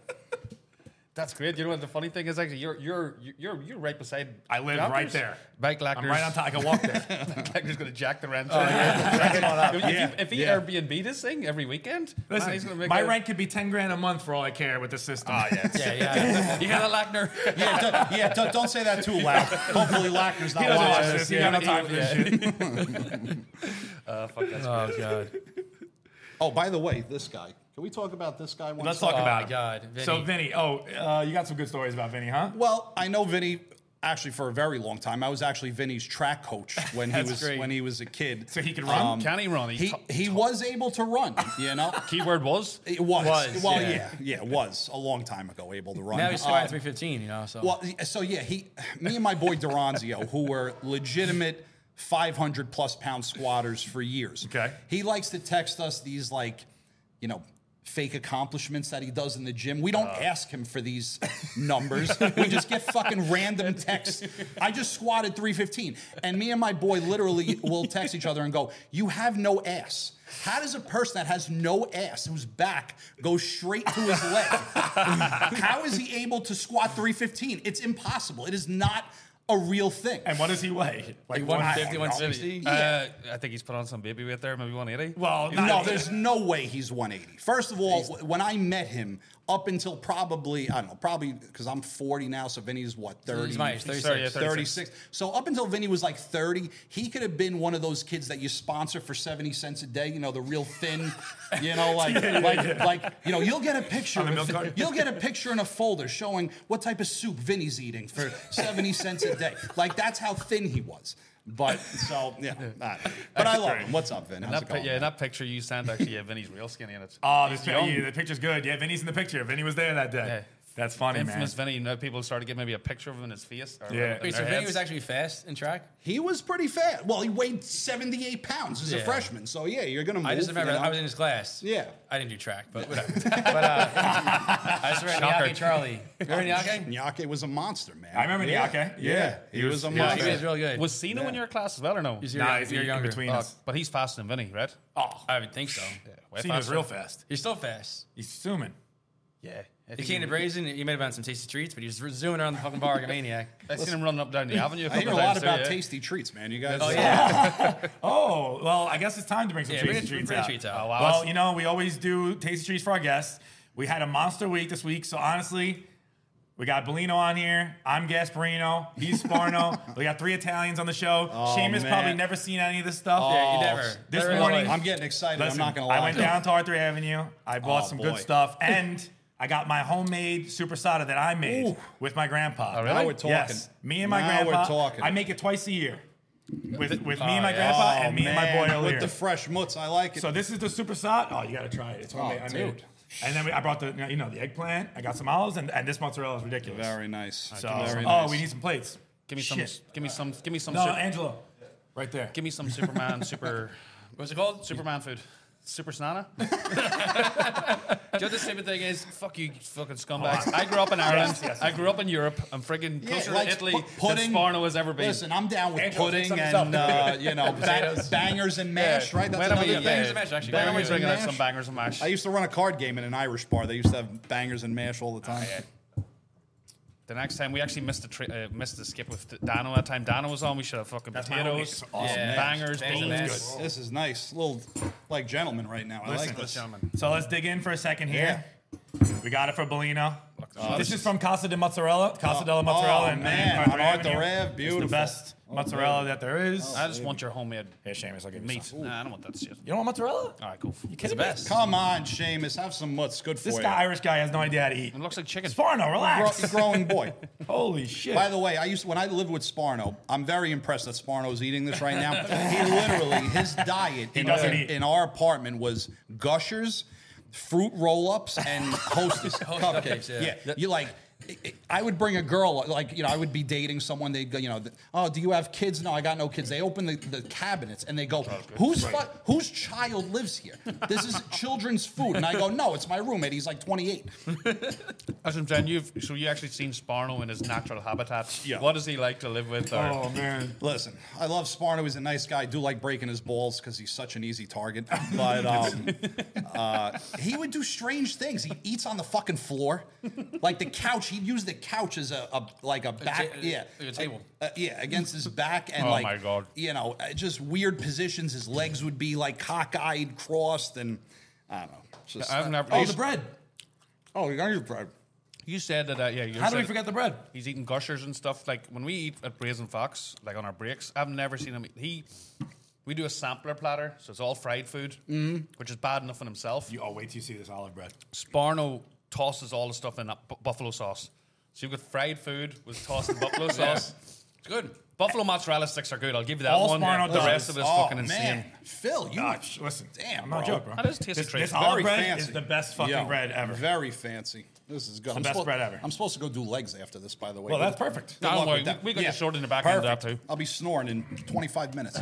C: that's great. You know what the funny thing is? Actually, you're you're you're you're right beside.
A: I live
C: Yonkers.
A: right there.
C: Bike Lackers.
A: I'm right on top. I can walk there. <laughs>
C: Lackers going to jack the rent. Oh, if,
A: Yeah,
C: you, if he
A: yeah.
C: Airbnb this thing every weekend, man, he's gonna
A: Listen,
C: make
A: my
C: a-
A: rent could be ten grand a month for all I care with the system. Ah, <laughs> yeah.
D: Yeah, yeah. you got a Lackner.
B: Yeah, don't, yeah, don't, don't say that too loud. Hopefully, Lackner's not
A: He doesn't watch
B: watching
A: this.
B: this.
A: He
B: yeah.
A: got no time for this shit.
C: Uh, fuck, that's
D: Oh god.
B: Oh, by the way, this guy. Can we talk about this guy? Uh, Once?
A: Let's talk
D: Oh
A: about
D: my
A: it.
D: God, Vinny.
A: So Vinny, oh, uh, you got some good stories about Vinny, huh?
B: Well, I know Vinny actually for a very long time. I was actually Vinny's track coach when he
D: That's
B: was
D: great.
B: when he was a kid. Um,
A: So he could run?
C: Can he run? He
B: He
C: t-
B: he was able to run. You know,
C: <laughs> keyword was
B: it was.
D: Was,
B: well,
D: yeah.
B: yeah. yeah, was a long time ago able to run.
D: Now he's
B: Um,
A: Uh,
D: scoring 315, you know, so
B: Well, so yeah, he, me and my boy Duranzio, who were legitimate 500 plus pound squatters for years.
A: Okay.
B: He likes to text us these like, you know, fake accomplishments that he does in the gym. We don't ask him for these numbers. we just get fucking random texts. I just squatted 315. And me and my boy literally will text each other and go, "You have no ass." How does a person that has no ass, whose back goes straight to his leg, how is he able to squat 315? It's impossible. It is not a real thing.
A: and what does he weigh?
D: like
A: one- I
D: 150,
A: don't know.
D: 160.
C: Uh, I think he's put on some baby weight there, maybe 180.
A: Well, not,
B: No, there's no way he's 180. First of all, when I met him, up until probably, I don't know, probably because I'm 40 now, so Vinny's what, 30?
D: He's my age, 36.
C: Sorry, yeah,
B: 36. So up until Vinny was like 30, he could have been one of those kids that you sponsor for 70 cents a day, you know, the real thin, you know,
A: <laughs>
B: like like like you know, you'll get a picture
A: On the
B: of-
A: milk carton.
B: you'll
A: <laughs>
B: get a picture in a folder showing what type of soup Vinny's eating for 70 cents a day. Like that's how thin he was. But so
A: <laughs>
B: yeah, I don't know. but I love him. What's up, Vin? How's
C: That
B: it
C: pi-
B: going?
C: yeah,
B: man?
C: in that picture you sent actually, yeah, Vinny's real skinny and it's.
A: <laughs> Oh, this
C: young.
A: yeah, the picture's good. Yeah, Vinny's in the picture. Vinny was there that day.
C: Yeah.
A: That's funny,
C: Infamous
A: man.
C: Vinny, you know, people started getting maybe a picture of him in his face. Or
A: Yeah.
C: in
D: Wait, so
C: their
D: Vinny
C: heads.
D: was actually fast in track?
B: He was pretty fat. Well, he weighed 78 pounds as a
D: Yeah.
B: freshman. So, yeah, you're going to move.
D: I just remember
B: you know?
D: I was in his class.
B: Yeah.
D: I didn't do track,
A: <laughs>
D: but whatever. but uh, I just remember Nyake Charlie. Remember Nyake?
B: Nyake was a monster, man.
A: I remember
B: yeah.
A: Nyake.
B: Yeah.
A: Yeah.
B: He was a
A: He was-
D: He
A: <laughs>
D: was
B: monster.
D: really good.
C: Was Cena in your class as well or no? uh,
D: He's
A: Nah,
D: your-
A: Oh, he's
D: you're
A: in
D: younger.
A: between
D: Fuck.
A: us.
C: But he's faster than Vinny, right?
A: Oh,
D: I would think so.
C: Way
A: Cena's
C: faster.
A: real fast.
D: You're still fast.
A: He's zooming.
C: Yeah. I
D: He
C: think
D: came to Brazen. He may have been some tasty treats, but he was zooming around the fucking bar like a maniac.
C: <laughs> I seen him running up down the avenue. A
B: <laughs> I hear a
C: couple
B: lot
C: times too,
B: about
C: yeah.
B: tasty treats, man. You guys.
D: Oh yeah,
A: Oh, well, I guess it's time to bring some
D: Yeah,
A: tasty
D: bring it-
A: treats
D: bring
A: out.
D: treats out.
C: wow.
A: Well, you know, we always do tasty treats for our guests. We had a monster week this week, so honestly, we got Bellino on here. I'm Gasparino. He's
D: <laughs>
A: Sparno. we got three Italians on the show. Seamus
B: Oh, man.
A: probably never seen any of this stuff.
D: Yeah, you
B: Oh,
D: never.
A: this
D: Never in
A: morning-
D: my life.
B: I'm getting excited.
A: Listen,
B: I'm not going to lie.
A: I went
B: to you.
A: down to Arthur Avenue. I bought
B: Oh,
A: some
B: boy.
A: good stuff, and I got my homemade super soda that I made
B: Ooh.
A: with my grandpa.
C: Oh, really?
B: Now we're talking.
A: Yes, me and my
B: now
A: grandpa.
B: We're talking.
A: I make it twice a year with with me
D: Oh,
A: and my
D: yeah.
A: grandpa
B: Oh,
A: and me and
B: man,
A: my boy
B: with
A: O'Leary.
B: the fresh mutts. I like it.
A: So this is the super sod. Oh, you gotta try it. It's homemade.
B: Oh,
A: I made
B: dude.
A: it. And then we, I brought the you know the eggplant. I got some olives, and, and this mozzarella is ridiculous.
B: very nice.
A: so,
B: very
A: oh,
B: nice.
A: we need some plates.
C: Give me um, some.
A: Oh, Shit.
C: Give me some. Give me some.
A: No,
C: super,
A: Angelo, right there.
C: give me some Superman.
B: <laughs>
C: super.
D: What's it called? Super.
C: Superman food. Super Snana?
D: Do you know what the stupid thing is?
C: Fuck you, fucking scumbags. Oh, I grew up in Ireland.
A: Yes, yes,
C: I grew up in Europe. I'm friggin'
B: Yeah,
C: closer
B: like
C: to Italy
B: pu- pudding.
C: than Sparno has ever been.
B: Listen, I'm down with
A: Angela, take
B: pudding
A: some
B: and uh, you know ba-
D: Potatoes.
B: bangers and mash, right?
C: Why don't we-
B: another
C: yeah.
B: thing.
D: Bangers and mash, actually.
C: Why don't we
D: Bangers
C: bring
D: and
C: out
B: mash.
C: some bangers and mash?
B: I used to run a card game in an Irish bar. They used to have bangers and mash all the time.
C: The next time we actually missed the tri- uh, missed the skip with Dano. That time Dano was on, we should have fucking
A: That's my
C: potatoes,
A: homie. Awesome.
D: Yeah.
C: bangers,
D: Potatoes and
C: beans.
D: mash.
B: This is nice, little like gentleman right now. I
A: Listen,
B: like this.
C: Gentlemen,
A: So let's dig in for a second here. We got it for Bellino.
C: Oh,
A: this is from Casa de Mozzarella. Casa della Mozzarella.
B: oh,
A: and
B: man, on Arthur Ave,
A: It's
B: beautiful. Oh,
A: the best mozzarella that there is.
C: I just want your homemade
A: Here, Seamus, I'll give you
C: meat.
A: some.
C: Nah, I don't want that shit.
A: You don't want mozzarella?
C: All right, cool. You
A: Kidding me?
D: best.
B: Come on, Seamus, have some mutts. Good for
A: This
B: you.
A: guy, Irish guy has no idea how to eat.
C: It looks like chicken.
A: Sparno,
B: Gro-
A: relax. <laughs>
B: growing boy.
A: Holy shit.
B: By the way, I used when I lived with Sparno. I'm very impressed that Sparno's eating this right now. he literally his diet in,
A: doesn't
B: in-
A: eat.
B: in our apartment was gushers, fruit roll-ups, and <laughs> Hostess cupcakes.
D: cupcakes,
B: Yeah.
D: yeah.
B: you like. I would bring a girl, like you know, I would be dating someone. They'd go, you know, oh, do you have kids? No, I got no kids. They open the, the cabinets and they go, whose fu- whose child lives here? This is children's food, and I go, no, it's my roommate. He's like 28.
C: As I'm saying, you've so you actually seen Sparno in his natural habitat.
B: Yeah.
C: What does he like to live with? Or,
A: oh, <laughs> man.
B: Listen, I love Sparno. He's a nice guy. I do like breaking his balls because he's such an
D: <laughs>
B: easy target. But um, uh, he would do strange things. He eats on the fucking floor, like the couch. He'd use the couch as a, a like a back,
D: ta-
B: yeah,
D: like a table.
B: Uh, yeah, against his back and
C: <laughs> Oh
B: like,
C: my God.
B: you know, uh, just weird positions. His legs would be like cockeyed, crossed, and I don't know. It's Just,
C: I've never.
A: Oh, the bread.
B: oh, you got your bread.
C: You said that. Uh, yeah. You
A: How do we
C: said-
A: forget the bread?
C: He's eating gushers and stuff. Like when we eat at Brazen Fox, like on our breaks, I've never seen him. Eat. He, we do a sampler platter, so it's all fried food,
A: Mm-hmm.
C: which is bad enough in himself.
A: You, oh, wait till you see this olive bread.
C: Sparno tosses all the stuff in that bu- buffalo sauce. So you've got fried food was tossed in buffalo
A: <laughs>
C: sauce.
D: It's good.
C: Buffalo mozzarella sticks are good. I'll give you that
A: All
C: one.
A: Sparno
C: the
A: does.
C: rest of it is
B: oh
C: fucking insane.
B: man, Phil, you
A: Gosh, listen.
B: Damn,
A: I'm not
B: bro.
A: joking, bro.
C: That is tasty
A: This,
C: treat.
A: this olive
B: Very
A: bread
B: fancy.
A: is the best fucking
B: Yo,
A: bread ever.
B: Very fancy. This is good.
A: the best
B: suppo-
A: bread ever.
B: I'm supposed to go do legs after this, by the way.
A: Well, that's perfect.
B: Good
C: Don't
B: luck
C: worry,
B: with that.
C: we- we got you sorted in the back end of
B: perfect.
C: that, too.
B: I'll be snoring in
A: <clears throat>
B: 25 minutes.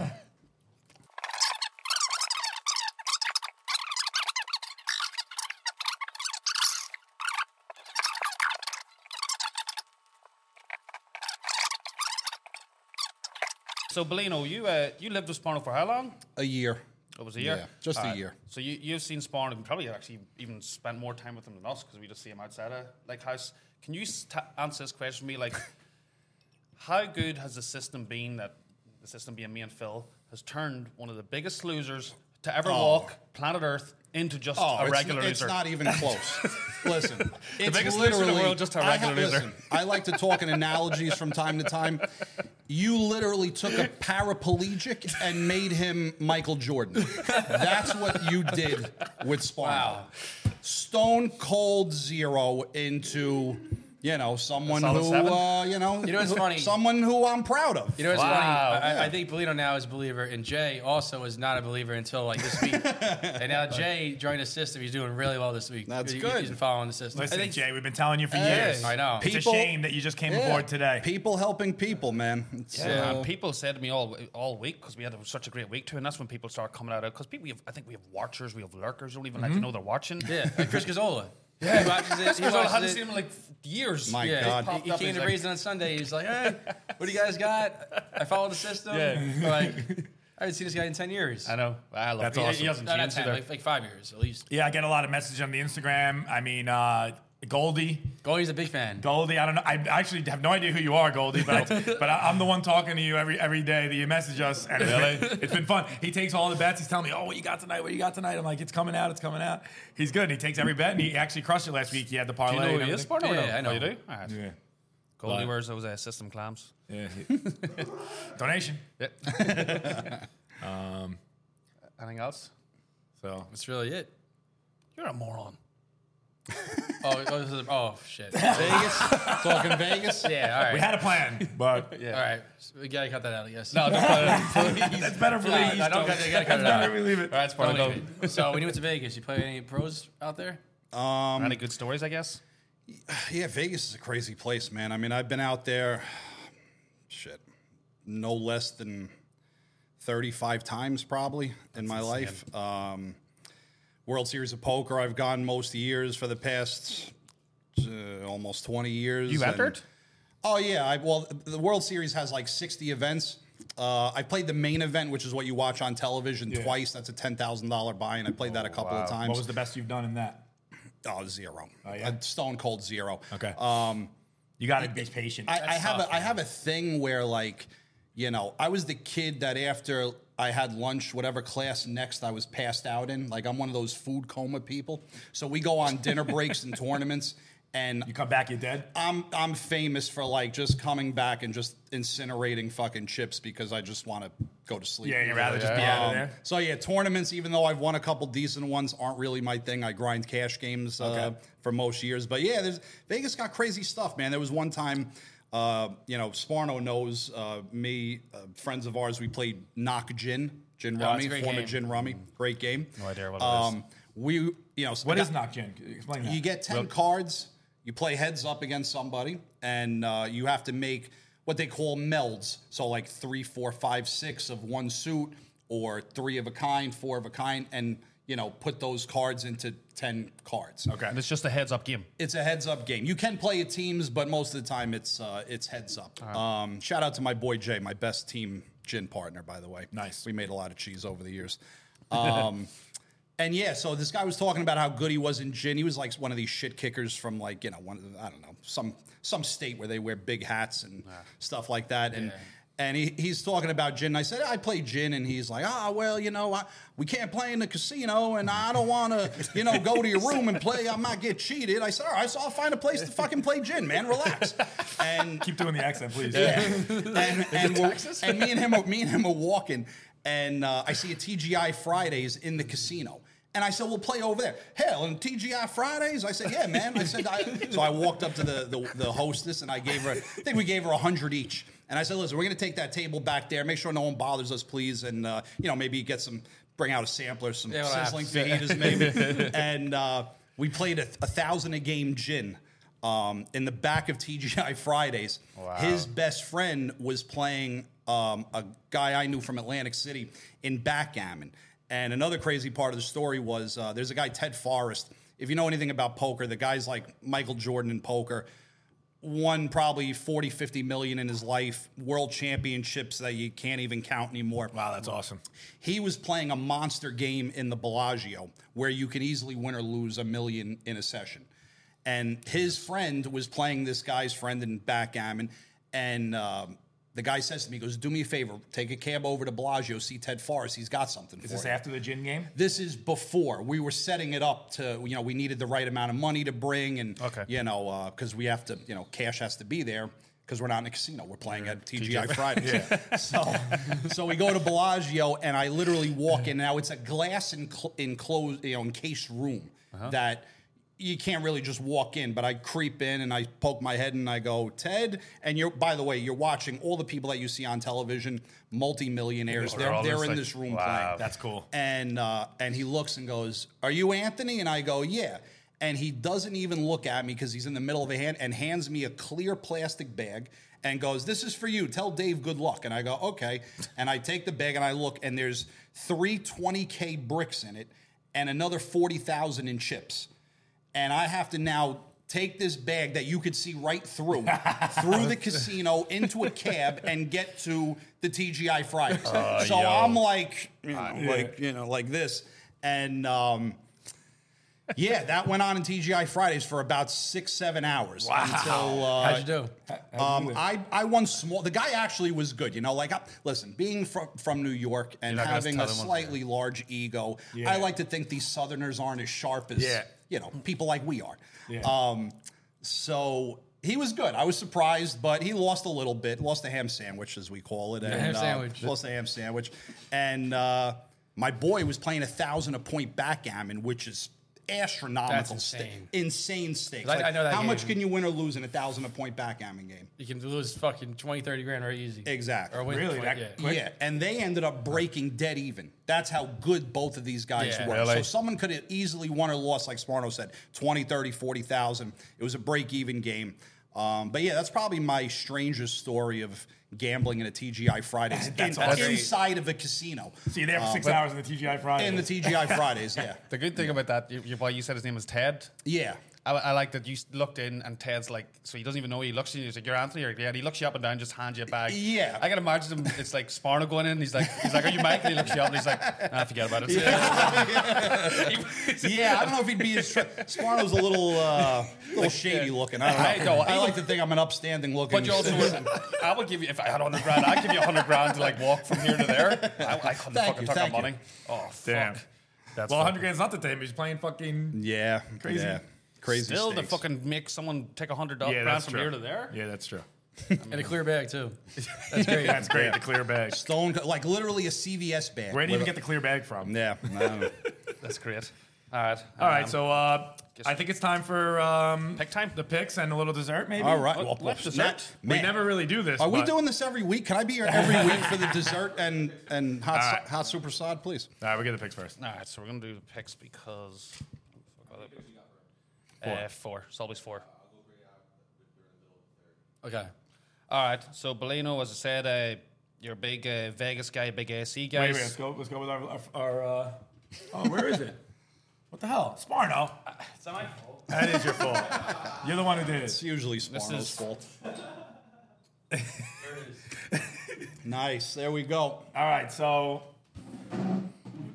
C: So Bellino, you uh, you lived with Sparno for how long?
B: a year.
C: It was a year.
B: Yeah, just a
C: Alright.
B: year.
C: So you you've seen Spawn and probably actually even spent more time with him than us because we just see him outside of like house. Can you s- ta answer this question to me?
B: <laughs>
C: Like, how good has the system been that the system being me and Phil has turned one of the biggest losers to ever walk planet Earth into just
B: Oh,
C: a
B: it's,
C: regular
B: it's
C: loser?
B: not even close.
C: <laughs>
B: listen, it's
C: biggest loser in the
B: literally
C: world, just a
B: I
C: regular loser.
B: Listen, I like to talk in analogies from time to time. You literally took a paraplegic and made him Michael Jordan. That's what you did with Spawn. Stone cold zero into you know, someone
A: solid
B: who,
A: seven?
B: uh, you know,
D: You know what's funny?
B: someone who I'm proud of.
D: You know what's
A: Wow,
D: funny? I, I- I think Polito now is a believer, and Jay also is not a believer until like this week. and now Jay joined the system. He's doing really well this week.
B: That's
D: He-
B: good.
D: He's been following the system.
A: Listen,
D: I think-
A: Jay, we've been telling you for years.
D: I know.
A: It's
B: People-
A: a shame that you just came
B: Yeah.
A: aboard today.
B: People helping people, man. It's,
C: Yeah,
B: uh,
C: and people said to me all all week because we had a- such a great week too, and that's when people start coming out because people, we have, I think we have watchers, we have lurkers, who don't even like
B: Mm-hmm.
C: to know they're watching.
D: Yeah, like Chris Gazzola. Yeah, he watches it. He
C: Because I
D: watches
C: hadn't
D: it.
C: seen him in like f- years.
B: My
D: yeah,
B: God.
D: he- he,
C: Popped up,
D: came
C: he's
D: to
C: like-
D: Reason on Sunday. He's like, "Hey, what do you guys got? I follow the system."
C: Yeah.
D: Like, I haven't seen this guy in ten years.
C: I know. I love
A: That's
C: him. He-
A: awesome.
C: He hasn't
D: No, not
C: changed
D: ten,
C: either.
D: like, like five years at least.
A: Yeah, I get a lot of messages on the Instagram. I mean, uh, Goldie,
D: Goldie's a big fan.
A: Goldie. I don't know. I actually have no idea who you are, Goldie, but <laughs> I, but I, I'm the one talking to you every every day that you message us, and it's been, it's been fun. He takes all the bets. He's telling me, "Oh, what you got tonight? What you got tonight?" I'm like, "It's coming out. It's coming out." He's good. And he takes every bet, and he actually crushed it last week. He had the parlay.
C: Do you know who
A: and
C: he is,
A: everything.
C: Spartan? or
D: Yeah,
C: no?
D: I know.
C: Oh, you do? All right.
A: Yeah.
C: Goldie
A: But-
C: wears those uh, system clams.
A: Yeah. Donation.
C: <laughs> Um, Anything else?
A: So
D: That's really it.
C: You're a moron.
D: Oh, oh, this is- oh shit. Vegas.
B: talking Vegas.
D: Yeah. All right.
A: we had a plan, <laughs> but
D: All right. We gotta cut that out. I guess.
C: No, don't put it in.
A: <laughs> that's better for
D: No,
A: me.
D: I don't got to cut it
A: Better
D: out.
A: we leave it.
C: All right, Spartan,
D: Don't
C: go.
D: leave it. So when you went to Vegas, you play with any pros out there?
C: Any good stories, I guess?
B: Yeah, Vegas is a crazy place, man. I mean, I've been out there, shit, no less than 35 times probably in my life. Um, World Series of Poker, I've gone most years for the past uh, almost 20 years.
C: You
B: and-
C: entered?
B: Oh yeah, I, well, the World Series has like sixty events. Uh, I played the main event, which is what you watch on television, twice. That's a ten thousand dollar buy, and I played that a couple of times.
A: Oh, What was the best you've done in that?
B: oh, zero,
A: yeah?
B: A stone cold zero.
A: Okay. Um, you got to be patient.
B: I, I have a, I have a thing where like, you know, I was the kid that after I had lunch, whatever class next I was passed out in. Like I'm one of those food coma people. So we go
A: <laughs>
B: on dinner breaks and tournaments, and
A: you come back, you're dead.
B: I'm I'm famous for like just coming back and just incinerating fucking chips because I just want to go to sleep.
A: Yeah, you'd rather just be out of there.
B: Um, So yeah, tournaments. Even though I've won a couple decent ones, aren't really my thing. I grind cash games uh,
A: Okay.
B: for most years. But yeah, there's Vegas got crazy stuff, man. There was one time, uh, you know, Sparno knows uh, me, uh, friends of ours. We played knock gin, gin
D: a
B: rummy,
D: great
B: former
D: game.
B: gin rummy, great game. No
C: idea what it
B: um, We, you know,
A: What is knock gin? Explain that.
B: you get 10 cards, you play heads up against somebody, and uh, you have to make what they call melds. So, like three, four, five, six of one suit, or three of a kind, four of a kind, and you know, put those cards into 10 cards.
A: okay.
C: And it's just a heads up game.
B: It's a heads up game. You can play it teams, but most of the time it's uh, it's heads up. Um, shout out to my boy Jay, my best team gin partner, by the way.
A: Nice.
B: We made a lot of cheese over the years. Um, and yeah, so this guy was talking about how good he was in gin. He was like one of these shit kickers from like you know one of the, I don't know some some state where they wear big hats and stuff like that. And and he, he's talking about gin. And I said I play gin, and he's like, ah, well, you know, I, we can't play in the casino, and I don't want to, you know, go to your room and play. I might get cheated. I said, all right, so I'll find a place to fucking play gin, man. Relax. And
A: Keep doing the accent, please.
B: <laughs> and, and, we're, and me and him, are, me and him are walking, and uh, I see a TGI Fridays in the casino. And I said, "We'll play over there." Hell, and TGI Fridays. I said, "Yeah, man." I said, I, <laughs> "So I walked up to the, the the hostess and I gave her. I think we gave her a hundred each. And I said, "Listen, we're going to take that table back there. Make sure no one bothers us, please. And uh, you know, maybe get some, bring out a sampler, some
D: Yeah, what
B: sizzling
D: happens?
B: fajitas, <laughs> maybe." and uh, we played a, a thousand a game gin um, in the back of TGI Fridays. His best friend was playing um, a guy I knew from Atlantic City in backgammon. And another crazy part of the story was uh, there's a guy, Ted Forrest. If you know anything about poker, the guy's like Michael Jordan in poker won probably 40, 50 million in his life, world championships that you can't even count anymore.
A: Wow, that's awesome.
B: He was playing a monster game in the Bellagio where you can easily win or lose a million in a session. And his friend was playing this guy's friend in backgammon. And um, the guy says to me, he goes, Do me a favor, take a cab over to Bellagio, see Ted Forrest. He's got something
A: Is
B: for
A: this
B: you.
A: after the gin game?
B: This is before we were setting it up to you know we needed the right amount of money to bring and
C: Okay.
B: you know because we have to you know cash has to be there because we're not in a casino we're playing
C: <laughs>
B: at TGI Fridays so so we go to Bellagio and I
C: Uh-huh.
B: literally walk in now it's a glass encl- enclosed you know encased room that you can't really just walk in, but I creep in and I poke my head and I go, Ted. And you're, by the way, you're watching all the people that you see on television, multimillionaires.
C: They're
B: They're,
C: all
B: they're
C: just
B: in
C: like,
B: this room
C: wow.
B: playing
D: That's cool.
B: and uh, and he looks and goes, "Are you Anthony?" And I go, "Yeah." And he doesn't even look at me because he's in the middle of a hand and hands me a clear plastic bag and goes, "This is for you. Tell Dave good luck." And I go, "Okay." And I take the bag and I look and there's three 20k bricks in it and another 40,000 in chips. And I have to now take this bag that you could see right through through the casino into a cab and get to the TGI Fridays. so
C: yo.
B: I'm like, you know, like you know, like this, and um, yeah, that went on in TGI Fridays for about six, seven hours until uh,
D: How'd you do?
B: um, I, I won small. The guy actually was good. You know, like, I, listen, being from, from New York and
C: You're not gonna
B: having
C: tell
B: a
C: them what to
B: slightly large ego, I like to think these Southerners aren't as sharp as,
A: Yeah.
B: you know, people like we are. Um, so he was good. I was surprised, but he lost a little bit, lost the ham sandwich, as we call it. and,
D: ham
B: uh,
D: sandwich.
B: lost the ham sandwich. And uh, my boy was playing a thousand a point backgammon, which is astronomical.
D: That's
B: sta-
D: insane.
B: insane stakes.
D: I- I know that
B: how much
D: game.
B: can you win or lose in a thousand a point backgammon game?
D: You can lose fucking 20, 30 grand very easy.
B: Exactly.
D: Or win
A: Really?
D: 20,
A: That
D: yeah.
A: quick?
B: Yeah, and they ended up breaking dead even. That's how good both of these guys
D: Yeah.
B: were. So
A: Really?
B: someone could have easily won or lost, like Sparno said, 20, 30, 40,000. It was a break even game. Um, but yeah, that's probably my strangest story of gambling in a TGI Fridays
A: That's
B: in-
A: awesome.
B: inside of a casino.
A: See you there for six hours in the TGI Friday.
B: Oh, In the TGI Fridays, yeah.
C: The good thing about that, you, you, well, you said his name was Ted.
B: Yeah.
C: I, I like that you s- looked in and Ted's like, so he doesn't even know he looks at you. He's like, "You're Anthony," or yeah, and he looks you up and down, just hands you a bag.
B: Yeah.
C: I can imagine him. It's like Sparno going in. And he's like, he's like, "Are you Mike?" And he looks you up and he's like, "I forget about it."
B: Yeah, I don't know if he'd be as. Tra- Sparno's a little, uh, little shady looking. I don't know.
C: I know.
B: I, like to think I'm an upstanding looking.
C: But you also,
A: <laughs>
C: wouldn't- I would give you if I had hundred grand, I'd give you hundred grand to like walk from here to there. I, I couldn't
B: Thank
C: fucking
B: you,
C: talk about
B: thank you.
C: money. Oh fuck.
A: Damn.
C: That's
A: well,
C: fucking-
A: 100 grand's not the same. He's playing fucking.
B: yeah,
A: Crazy.
B: yeah. crazy.
C: Still, to
B: stakes.
C: fucking make someone take a hundred
A: Yeah,
C: grand
A: that's
C: from
A: true.
C: here to there.
A: Yeah, that's true.
D: And a clear bag, too. That's great.
A: That's great. The clear bag.
B: Stone, Co- like literally a CVS bag.
A: Where do you even
B: With
A: get the clear bag from?
B: a- Yeah. I
A: <laughs>
B: don't know.
C: That's great. All right.
A: All right, so uh, I think it's time for um,
C: Pick time?
A: the picks, and a little dessert, maybe.
B: All right.
C: What-
B: Well,
C: what
B: well,
C: dessert?
B: not-
A: we
B: man,
A: never really do this.
B: Are we
A: but-
B: doing this every week? Can I be here every week for the dessert and and hot
A: All
B: su-
A: right.
B: hot super sod, please?
A: All right, we get the picks first.
C: All right. So we're gonna do the picks because. Uh, four. It's always four.
D: Okay.
C: All right. So Bellino, as I said, uh, you're a big uh, Vegas guy, big AC guy.
A: Wait, wait, let's go. Let's go with our our. uh, oh, where is it? What the hell, Sparno?
C: <laughs> It's not my fault.
A: That is your fault. You're the one who did it.
B: It's usually Sparno's
A: <laughs>
C: is-
B: fault. nice. There we go.
A: All right, so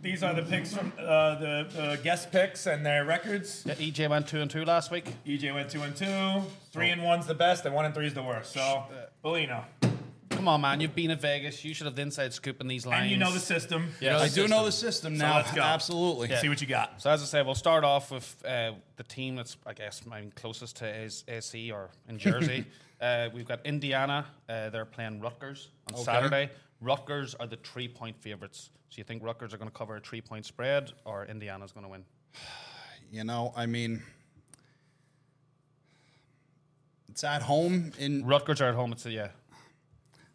A: these are the picks from uh, the uh, guest picks and their records.
C: Yeah, EJ Uh, E went two and two last week.
A: EJ went two and two. Three and one's the best, and one and three's the worst. So, Bellino,
C: Come on, man. You've been to Vegas. You should have the inside scoop in these lines.
A: and you know the system.
C: Yeah.
B: I do know the system now.
A: let's go.
B: Absolutely.
A: See what you got.
C: So as I said, we'll start off with uh, the team that's I guess my closest to is AC or in Jersey. uh, we've got Indiana. Uh, they're playing Rutgers on Saturday. Rutgers are the three point favorites. So you think Rutgers are going to cover a three point spread or Indiana's going to win?
B: You know, I mean, it's at home. In
C: Rutgers are at home. It's a, yeah.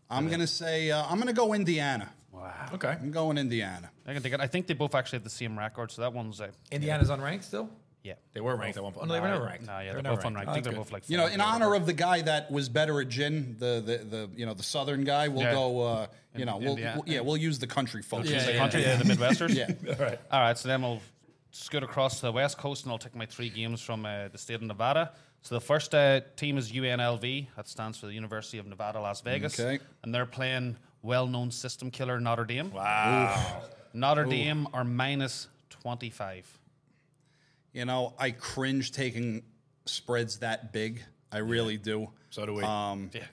B: I'm gonna say uh, I'm gonna go Indiana.
C: Wow.
A: Okay.
B: I'm going Indiana.
C: I can take it. I think they both actually have the same record, so that one's uh,
D: Indiana's unranked still?
C: yeah.
A: They were ranked at one point. Oh, no, they were
C: Nah,
A: never ranked. Oh,
C: Nah,
A: They
C: yeah,
A: were
C: they're
A: never
C: both unranked. I think they're both like
B: You know,
C: four
B: in
C: or whatever.
B: honor of the guy that was better at gin, the the, the you know the Southern guy, we'll go. Uh, you know, we'll,
C: Indiana.
B: we'll- yeah, we'll use the country folks.
D: Yeah,
C: the
D: yeah.
C: country, the Midwesters.
B: <laughs> Yeah.
A: All right.
C: All right, so then we'll scoot across the West Coast and I'll take my three games from uh, the state of Nevada. So the first uh, team is UNLV. That stands for the University of Nevada, Las Vegas.
B: Okay.
C: And they're playing well-known system killer Notre Dame.
A: Wow.
C: Notre Dame are minus 25.
B: You know, I cringe taking spreads that big. I really do. Um,
A: So do we.
C: Yeah.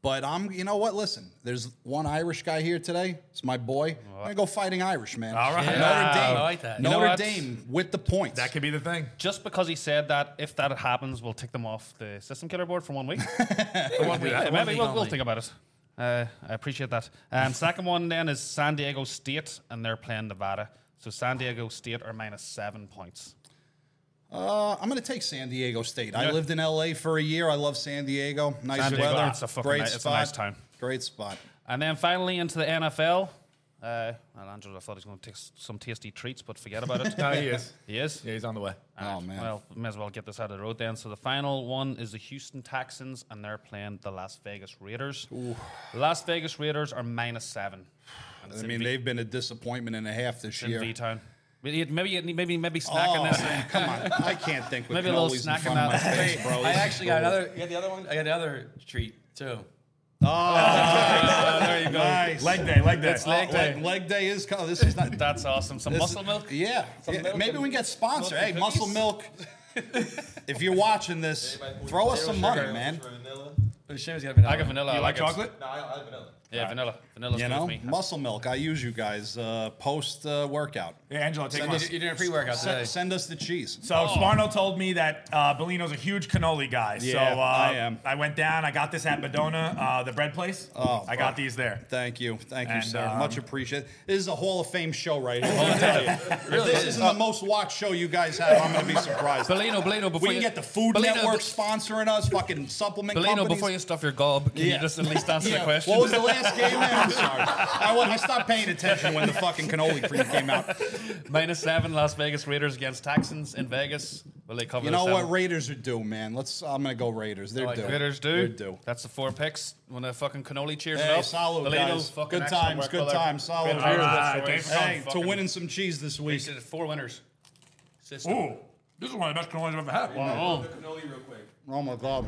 B: But I'm, you know what? Listen, there's one Irish guy here today. It's my boy. I'm gonna go fighting Irish man.
A: All right.
B: Notre Dame.
D: I like that. You
C: know
B: Notre
C: what?
B: Dame with the points.
A: that could be the thing.
C: Just because he said that, if that happens, we'll tick them off the system killer board for one week.
D: For one week.
C: Yeah,
D: for one
C: maybe
D: week
C: we'll, we'll
D: only.
C: think about it. Uh, I appreciate that. Um, second one then is San Diego State, and they're playing Nevada. So San Diego State are minus seven points.
B: Uh, I'm going to take San Diego State. I lived in LA for a year. I love San Diego. Nice
C: San Diego,
B: weather.
C: it's a fucking ni- it's a nice time.
B: Great spot.
C: And then finally into the NFL. Uh, well, Andrew, I thought he was going to take s- some tasty treats, but forget about it.
A: No, he is.
C: he is.
A: Yeah, he's on the way.
B: Oh man.
C: Well, we may as well get this out of the road then. So the final one is the Houston Texans, and they're playing the Las Vegas Raiders. Las Vegas Raiders are minus seven. And it's
B: I
C: in
B: mean,
C: V-
B: they've been a disappointment and a half this
C: it's in
B: year.
C: V Town. Maybe maybe maybe maybe snacking
B: <laughs> Oh,
C: this.
B: man, come
C: <laughs>
B: on. I can't think with
C: Maybe a little
B: cannolis
C: snack
B: in front of
C: on
B: my
C: that.
B: face, bro.
D: I
B: This is
D: actually got
B: brutal.
D: another. You got the other one. I got the other treat too.
B: there you go. Nice.
A: Leg day, leg day.
B: Oh, leg, leg day. is co- this
C: <laughs>
B: is not
C: That's awesome. Some
B: this
C: muscle
B: is-
C: milk.
B: Yeah. Yeah,
D: milk
B: Maybe
D: and-
B: we can get sponsored.
D: milk
B: Hey,
D: and
B: Muscle
D: cookies.
B: Milk.
C: <laughs>
B: if you're watching this, throw us some money, man.
D: The shit was gonna be
C: I got vanilla. I
A: Oh, you like
C: it.
A: chocolate?
E: No, I, I vanilla.
C: Yeah, vanilla. Vanilla's
B: You
C: good
B: know,
C: with me.
B: Muscle Milk. I use you guys uh, post uh, workout.
A: Yeah, Angelo, take
B: Send
A: one.
B: us-
D: You did a pre-workout today.
B: Send, send us the cheese.
C: Oh.
A: So Sparno told me that uh, Bellino's a huge cannoli guy. so
B: Yeah,
A: uh,
B: I am.
A: I went down. I got this at Madonna, uh, the bread place.
B: Oh,
A: I got
B: bro.
A: these there.
B: Thank you, thank you,
A: And,
B: sir.
A: um,
B: Much appreciated. This is a Hall of Fame show, right here. I'll tell you. If this isn't the most watched show you guys have, I'm gonna be surprised.
D: Bellino, Bellino, before
B: we can
D: you
B: get the Food
D: Bellino,
B: Network
D: b-
B: sponsoring us, fucking supplement
D: Bellino,
B: companies.
D: before you stuff your gob, can
B: Yeah.
D: you just at
B: <laughs>
D: least answer the question?
B: What was the last game? Man? I'm sorry. I, wa- I stopped paying attention when the fucking cannoli cream came out.
C: Minus seven, Las Vegas Raiders against Texans in Vegas. Will they cover
B: You
C: the
B: know
C: seven?
B: what? Raiders are due, man. Let's. I'm gonna go Raiders. They're
D: like
B: due.
D: it.
C: Raiders do.
B: They're due.
C: That's the four picks. When the fucking cannoli cheers it
B: Hey,
C: up.
B: solid
C: Toledo,
B: guys.
C: fucking
B: Good
C: excellent
B: times,
C: work,
B: good
C: brother.
B: times, solid
C: Good
B: Raiders.
C: job,
A: Alright,
C: boys.
A: thanks
B: Hey, to
C: Fucking-
B: winning some cheese this
C: We
B: week.
C: said four winners. System.
A: Ooh, this is one of the best cannolis I've ever had.
C: Oh.
E: The cannoli real quick.
B: Oh my god.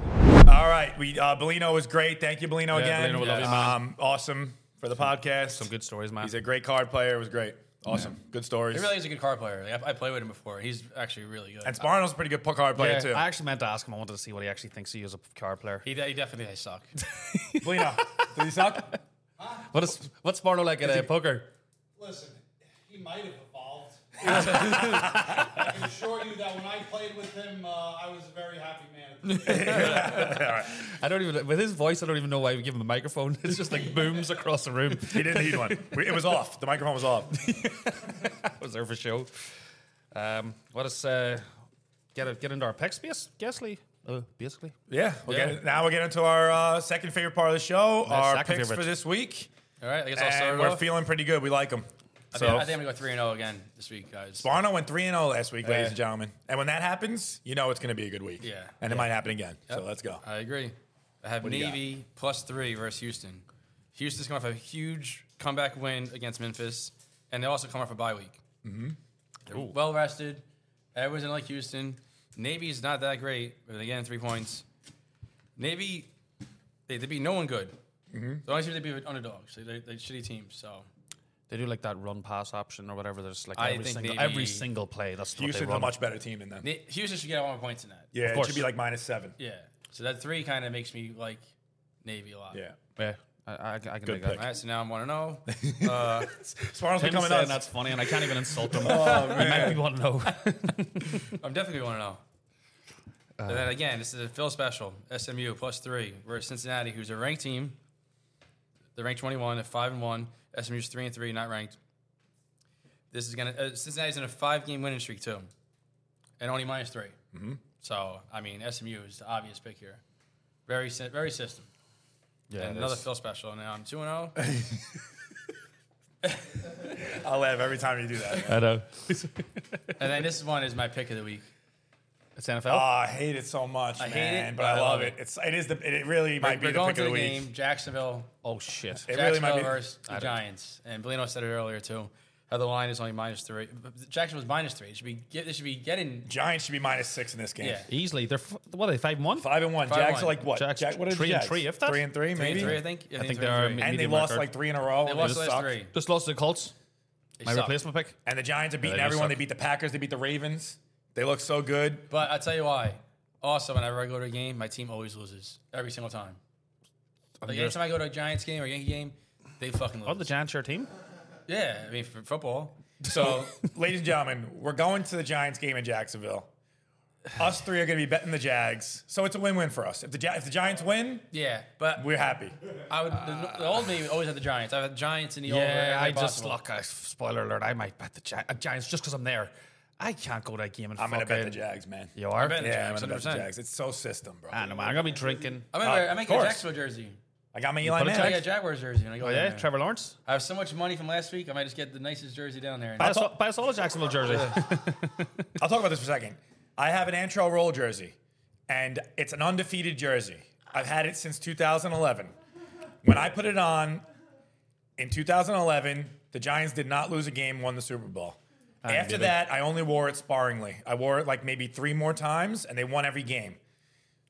A: All right, we uh, Bellino was great. Thank you, Bellino
C: Yeah,
A: again.
C: Bellino, we love you, man.
A: Um, awesome for the podcast.
C: Some good stories, man.
A: He's a great card player. It was great. Awesome. Good stories.
D: He really is a good card player. Like, I, I played with him before. He's actually really good.
A: and Sparno's a pretty good card player
C: Yeah,
A: too.
C: I actually meant to ask him. I wanted to see what he actually thinks he is a card player.
D: he, de- he definitely I suck.
A: Bellino, did he suck?
C: <laughs> What is what's Barlow like at uh, poker?
B: Listen, he might have evolved. I can assure you that when I played with him, uh, I was a very happy man.
C: I don't even with his voice. I don't even know why we give him a microphone. <laughs> It's just like booms across the room.
A: He didn't need one. We- It was off. The microphone was off.
C: <laughs> That was there for show. Um, let us uh, get a, get into our pick space, Gasly. Uh, basically,
A: Yeah. We'll
D: Yeah.
A: Get, now we'll get into our uh, second favorite part of the show,
C: Yeah,
A: our
C: second
A: picks
C: favorite.
A: for this week.
D: All right, I guess I'll start
A: And
D: it
A: we're
D: off.
A: feeling pretty good. We like him.
D: I,
A: So
D: think, I think I'm gonna go three and zero again this week, guys.
A: Sparno went 3 and 0 last week, ladies
D: Yeah.
A: and gentlemen. And when that happens, you know it's going to be a good week.
D: Yeah.
A: And it might happen again. So
D: Yep. Uh,
A: let's go.
D: I agree. I have
A: do you got?
D: Navy plus three versus Houston. Houston's coming off a huge comeback win against Memphis, and they also come off a bye week. Mm-hmm. They're well rested. Everyone's in like Houston. Navy's not that great, but again, three points. Navy, they, they beat no one good.
A: Mm-hmm.
D: The only team they beat were underdogs. They, they, they're shitty teams. So
C: they do like that run pass option or whatever. There's like
D: I
C: every
D: think
C: single
D: maybe-
C: every single play. That's what they
A: Houston's a
C: run.
A: much better team than them.
D: Na- Houston should get one more points in that.
A: Yeah, it
C: course.
A: should be like minus seven.
D: Yeah. So that three kind of makes me like Navy a lot.
A: Yeah.
C: Yeah, I, I, I can
A: Good
C: make that.
A: pick.
D: All right, so now I'm oh. 1
A: <laughs>
D: 0.
A: Sparno's
C: Him
A: becoming
C: saying
A: us.
C: that's funny, and I can't even insult him. <laughs> oh, might be one low.
D: I'm definitely going to know. and
A: Uh,
D: then again, this is a Phil special. SMU plus three. We're Cincinnati, who's a ranked team. They're ranked 21 at five and one. SMU's three and three, not ranked. This is gonna uh, Cincinnati's in a five game winning streak too, and only minus three.
A: Mm-hmm.
D: So I mean, SMU is the obvious pick here. Very sy- very system.
C: Yeah,
D: and
C: it
D: another
C: is.
D: Phil special. Now I'm two and oh. zero.
A: I'll laugh every time you do
D: <laughs>
A: that.
C: I know. it's
D: and then this one is my pick of the week.
C: NFL.
A: Oh, I hate it so much,
D: I hate
A: man.
D: it,
A: but I love it. It's it is the it really might be
D: We're
A: the
D: going
A: pick
D: to
A: of
D: the,
A: the week.
D: game. Jacksonville
C: oh shit.
A: It really
D: Jacksonville
A: might be.
D: versus the Giants, and Bellino said it earlier too. How the line is only minus three. Jacksonville's minus three. It should be get, they should be getting
A: Giants should be minus six in this game.
D: yeah
C: Easily, they're f- what are they five and one?
A: Five and one.
D: Five
A: Jags
D: and
A: are
D: one.
A: like what?
C: Jags
A: Jack, what are the
C: three and
A: Jags?
C: three, if that?
A: Three and three,
D: three
A: maybe.
D: and three. I think.
C: I think
D: three
C: they are
D: and three.
C: mid-
A: And they
C: Medium
A: lost
C: record.
A: like three in a row.
D: They
A: and
D: lost
A: it
D: the
A: sucked.
D: last three.
C: Just lost to the Colts.
D: They
C: My
D: suck.
C: replacement pick.
A: And the Giants have beaten
C: they just
A: everyone.
C: suck.
A: They beat the Packers. They beat the Ravens. They look so good.
D: But I tell you why. Also, when I go to a game, my team always loses every single time. Like
C: Under-
D: anytime I go to a Giants game or Yankee game, they fucking
C: Oh,
D: lose.
C: the Giants are a team.
D: yeah, I mean for football.
C: <laughs>
D: So
A: Ladies and gentlemen, we're going to the Giants game in Jacksonville. Us three are going to be betting the Jags, so it's a win-win for us. If the Ja- if the Giants win,
D: yeah, but
A: we're happy.
D: I would. the, the old me always had the Giants. I had Giants in the over.
C: Yeah,
D: everywhere
C: I just
D: possible.
C: look. I, spoiler alert! I might bet the Gi- uh, Giants just because I'm there. I can't go to that game and
A: I'm
C: fucking.
A: gonna bet the Jags, man.
C: You are?
D: betting the
A: Yeah, I'm
D: Jags,
A: gonna bet the
D: 100%.
A: Jags. It's so system, bro.
C: I don't know, man. I'm gonna be drinking.
D: I'm in,
A: Uh,
D: I'm making a
A: of course.
D: Jacksonville jersey.
A: I got my Eli
C: put it
D: I got
A: Manning.
D: a Jaguars jersey. When I go
C: Oh
D: down
C: yeah,
D: there.
C: Trevor Lawrence.
D: I have so much money from last week. I might just get the nicest jersey down there.
C: Buy us, all, buy us all a
A: <laughs>
C: Jacksonville jersey.
A: I'll talk about this for a second. I have an Antro Roll jersey, and it's an undefeated jersey. I've had it since 2011. When I put it on in 2011, the Giants did not lose a game, won the Super Bowl. After
C: did they?
A: that, I only wore it sparingly. I wore it like maybe three more times, and they won every game.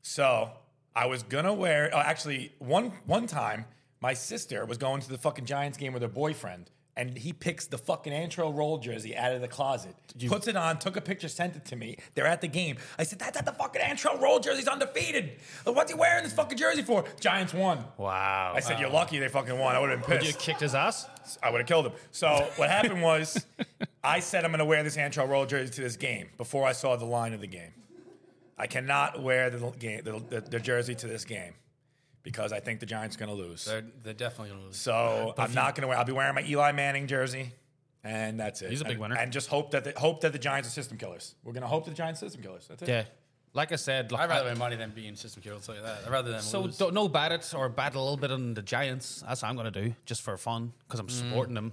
A: So I was gonna wear. Oh, actually, one one time, my sister was going to the fucking Giants game with her boyfriend, and he picks the fucking Antro Roll jersey out of the closet, puts it on, took a picture, sent it to me. They're at the game. I said, "That's at the fucking Antro Roll jersey's undefeated. What's he wearing this fucking jersey for?" Giants won.
C: wow.
A: I said, "You're lucky they fucking won. I would have been
C: you
A: pissed."
C: kicked his ass.
A: I would have killed him. So what happened was, <laughs> I said I'm going to wear this Antral Roll jersey to this game before I saw the line of the game. I cannot wear the l- game the, the, the jersey to this game because I think the Giants are going to lose.
D: They're, they're definitely gonna lose.
A: So I'm not going to wear. I'll be wearing my Eli Manning jersey, and that's it.
C: He's a big
A: And-
C: winner.
A: And just hope that the, hope that the Giants are system killers. We're going to hope that the Giants are system killers. That's it.
C: Yeah. Like I said, look,
D: I'd rather
C: I-
D: win money than be in system kill. I'll tell you that. I'd rather than
C: so
D: lose.
C: don't, no bat it or bat a little bit on the Giants. That's what I'm gonna do just for fun because I'm
A: Mm.
C: supporting them.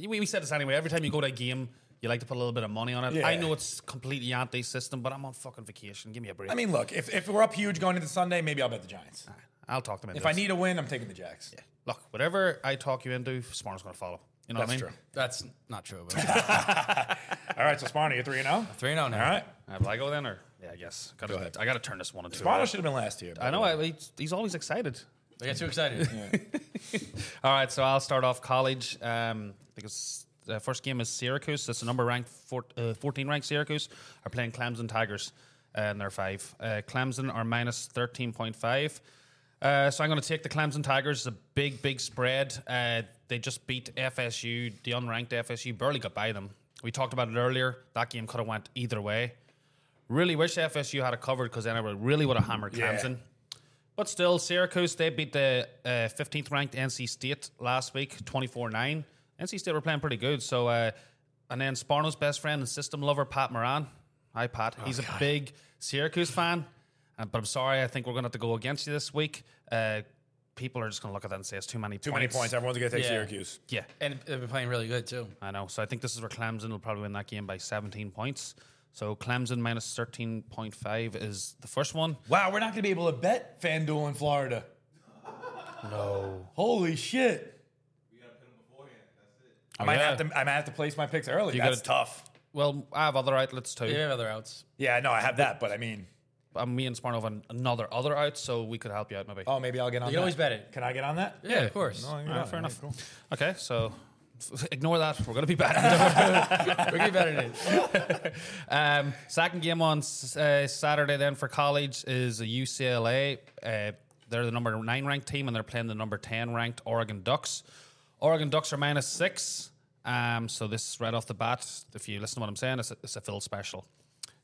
C: We, we said this anyway. Every time you go to a game, you like to put a little bit of money on it. I
A: Yeah.
C: know it's completely anti-system, but I'm on fucking vacation. Give me a break.
A: I mean, look, if, if we're up huge going into Sunday, maybe I'll bet the Giants.
C: Ah, I'll talk to them.
A: If I need a win, I'm taking the Jacks.
C: look, whatever I talk you into, Smart's gonna follow. You know
A: That's
C: what I mean?
A: true.
D: That's not true. <laughs> But
A: All right, so Sparno, you're three and zero.
D: three and zero now.
A: All right,
C: Uh, will I go then, or yeah, I guess. Gotta,
A: Go ahead.
C: I got to turn this one into.
A: Sparno should have been last year.
C: I know. I, he's- he's always excited.
D: I get too excited.
C: All right, so I'll start off college. Um, because the first game is Syracuse. That's the number ranked four, uh, 14 ranked Syracuse are playing Clemson Tigers, uh, and they're five. Uh, Clemson are minus 13.5. Uh, so I'm going to take the Clemson Tigers. It's a big, big spread. Uh, they just beat FSU, the unranked FSU. Barely got by them. We talked about it earlier. That game could have went either way. Really wish FSU had it covered because then I would really would have hammered
A: Yeah.
C: Clemson. But still, Syracuse, they beat the uh, 15th ranked NC State last week, 24 9. NC State were playing pretty good. So, uh, and then Sparno's best friend and system lover, Pat Moran. Hi, Pat.
A: Oh,
C: He's a big Syracuse fan. Uh, but I'm sorry, I think we're going to have to go against you this week. Uh, people are just going to look at that and say it's too many
A: Too many points. Everyone's going to take
D: Yeah.
A: Syracuse.
C: Yeah.
D: And they've been playing really good too.
C: I know. So I think this is where Clemson will probably win that game by 17 points. So Clemson minus 13.5 is the first one.
A: Wow, we're not going to be able to bet FanDuel in Florida. No. Holy shit. I might,
C: Yeah.
A: have to, I might have to place my picks early.
C: You
A: That's
C: gotta-
A: tough.
C: Well, I have other outlets too.
D: They have other outs.
A: Yeah, no, I have that, but I mean,
C: um, me and Sparno have an, another other out, so we could help you out maybe.
A: oh, maybe I'll get on
D: You
A: that.
D: can always bet it.
A: Can I get on that?
D: Yeah, of course.
A: No, I can get
C: Alright,
A: on
C: fair
A: that.
C: enough.
A: Cool.
C: Okay, so <laughs> f- ignore that. We're going to be <laughs> back.
D: We're getting better <laughs> than it.
C: um, second game on s- uh, Saturday then for college is UCLA. Uh, they're the number nine ranked team, and they're playing the number ten ranked Oregon Ducks. Oregon Ducks are minus six. Um, so this right off the bat, if you listen to what I'm saying, it's a, it's a Phil special.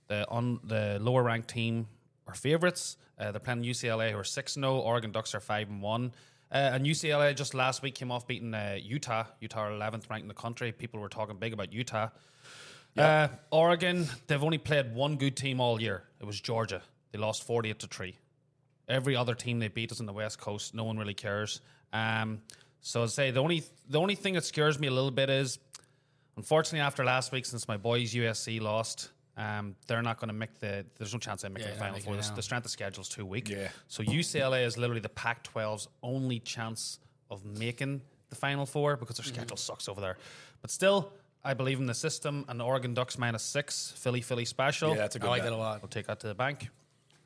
C: The on the lower ranked team are favorites. Uh, they're playing UCLA, who are six zero. Oregon Ducks are five and one. Uh, and UCLA just last week came off beating uh, Utah. Utah are 11th ranked in the country. People were talking big about Utah. Uh, Oregon, they've only played one good team all year. It was Georgia. They lost 48 to 3. Every other team they beat is on the West Coast. No one really cares. Um, so I'd say the only the only thing that scares me a little bit is, unfortunately, after last week, since my boys USC lost, um, they're not going to make the. There's no chance they make
D: Yeah,
C: the
D: not
C: final
D: making
C: four.
D: it
C: The,
D: now.
C: the strength of schedule is too weak.
A: Yeah.
C: So UCLA is literally the Pac-12's only chance of making the Final Four because
A: Mm-hmm.
C: their schedule sucks over there. But still, I believe in the system and the Oregon Ducks minus six, Philly Philly special.
A: Yeah, that's a
D: I
A: good
D: like
A: bet.
D: that a lot.
C: I'll take that to the bank.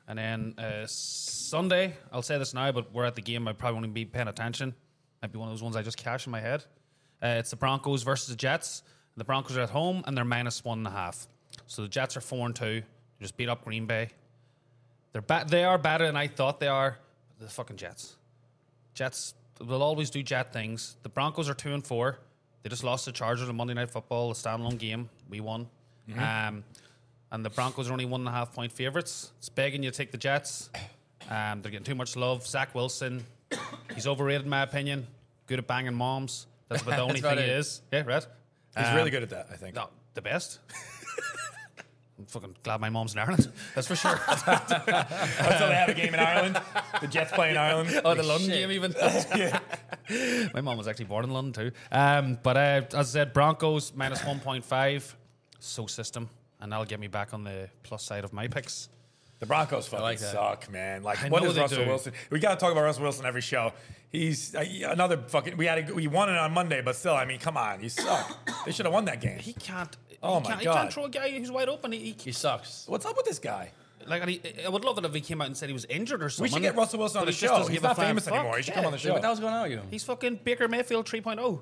C: And then uh, Sunday, I'll say this now, but we're at the game. I probably won't be paying attention. Might be one of those ones I just cash in my head. Uh, it's the Broncos versus the Jets. The Broncos are at home and they're minus one and a half. So the Jets are four and two. They just beat up Green Bay. They're ba- they are better than I thought they are. The fucking Jets. Jets will always do Jet things. The Broncos are two and four. They just lost the Chargers on Monday Night Football, a standalone game. We won. Um, and the Broncos are only one and a half point favorites. It's begging you to take the Jets. Um, they're getting too much love. Zach Wilson, he's overrated in my opinion. Good at banging moms. <laughs> That's about the only
D: That's about
C: thing he
D: it.
C: is. Yeah, right.
A: He's
C: Um, <laughs>
A: really good at that, I think.
C: No, the best. I'm fucking glad my mom's in Ireland. That's for <laughs> sure.
A: Until Oh, they
D: <laughs>
A: have a game in Ireland, the Jets play in Ireland.
C: oh, the London
A: <laughs>
C: game even. <laughs> My mom was actually born in London too. Um, but uh, as I said, Broncos minus one point five. So system, and that'll get me back on the plus side of my picks.
A: The Broncos fucking
D: like that.
A: suck, man. Like,
C: I
A: what
C: know
A: is
C: they
A: Russell
C: do.
A: Wilson? We got to talk about Russell Wilson every show. He's uh, another fucking. We had a, we won it on Monday, but still, I mean, come on, you suck. they should have won that game.
C: He can't.
A: Oh
C: he
A: my
C: can't, He
A: God.
C: can't throw a guy who's wide open. He, he,
D: He sucks.
A: What's up with this guy?
C: like, and he, I would love it if he came out and said he was injured or
A: We
C: something.
A: should get Russell Wilson on the
C: but he just
A: show.
C: doesn't
A: He's
C: give a
A: not
C: fine
A: famous
C: fuck.
A: anymore. He should come on the
D: Dude,
A: show.
D: what the hell's going on with you?
C: He's fucking Baker Mayfield 3.0.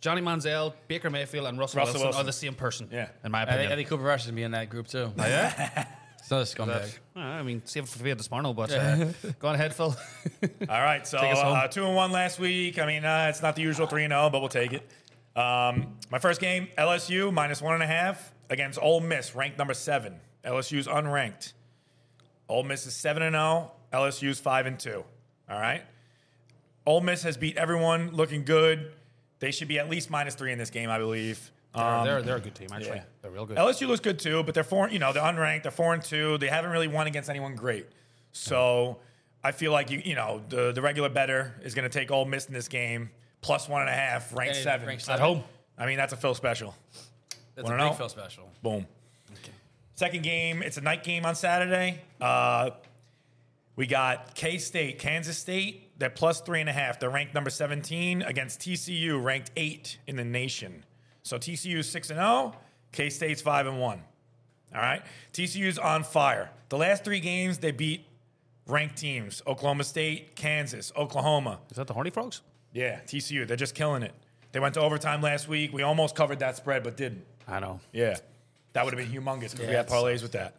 C: Johnny Manziel, Baker Mayfield, and Russell,
A: Russell
C: Wilson,
A: Wilson.
C: are the same person.
A: Yeah.
C: in my
D: I think
C: opinion.
D: Eddie Cooper Rush is gonna be in that group too. Oh, yeah? it's <laughs> another scumbag.
C: I mean, save it for Fade Desmarno,
A: <laughs>
C: but uh, go on ahead, Phil.
A: All right, so
C: us home.
A: uh, two and one last week. I mean, uh, it's not the usual three and zero, but we'll take it. Um, my first game, LSU minus one and a half against Ole Miss, ranked number seven. LSU's unranked. Ole Miss is seven and oh, zero. LSU's five and two. All right. Ole Miss has beat everyone, looking good. They should be at least minus three in this game, I believe. Um,
C: they're, they're a good team, actually.
A: yeah. Oh.
C: They're real good.
A: LSU looks good too, but they're four. You know, they're unranked. They're four and two. They haven't really won against anyone great. So I feel like you, you know, the the regular better is going to take Ole Miss in this game, plus one and a half, ranked
D: Hey,
A: seven.
D: ranked
C: At
D: seven.
C: home.
A: I mean, that's a Phil special.
D: That's
A: Wanna
D: a
A: know?
D: big Phil special.
A: Boom. Second game. It's a night game on Saturday. Uh, we got K State, Kansas State. They're plus three and a half. They're ranked number 17 against TCU, ranked eight in the nation. So TCU's six and zero. K State's five and one. All right. TCU's on fire. The last three games they beat ranked teams: Oklahoma State, Kansas, Oklahoma.
C: Is that the Horny Frogs?
A: Yeah, TCU. They're just killing it. They went to overtime last week. We almost covered that spread, but didn't.
C: I know.
A: Yeah. That would have been humongous because we
D: Yeah,
A: had parlays with that,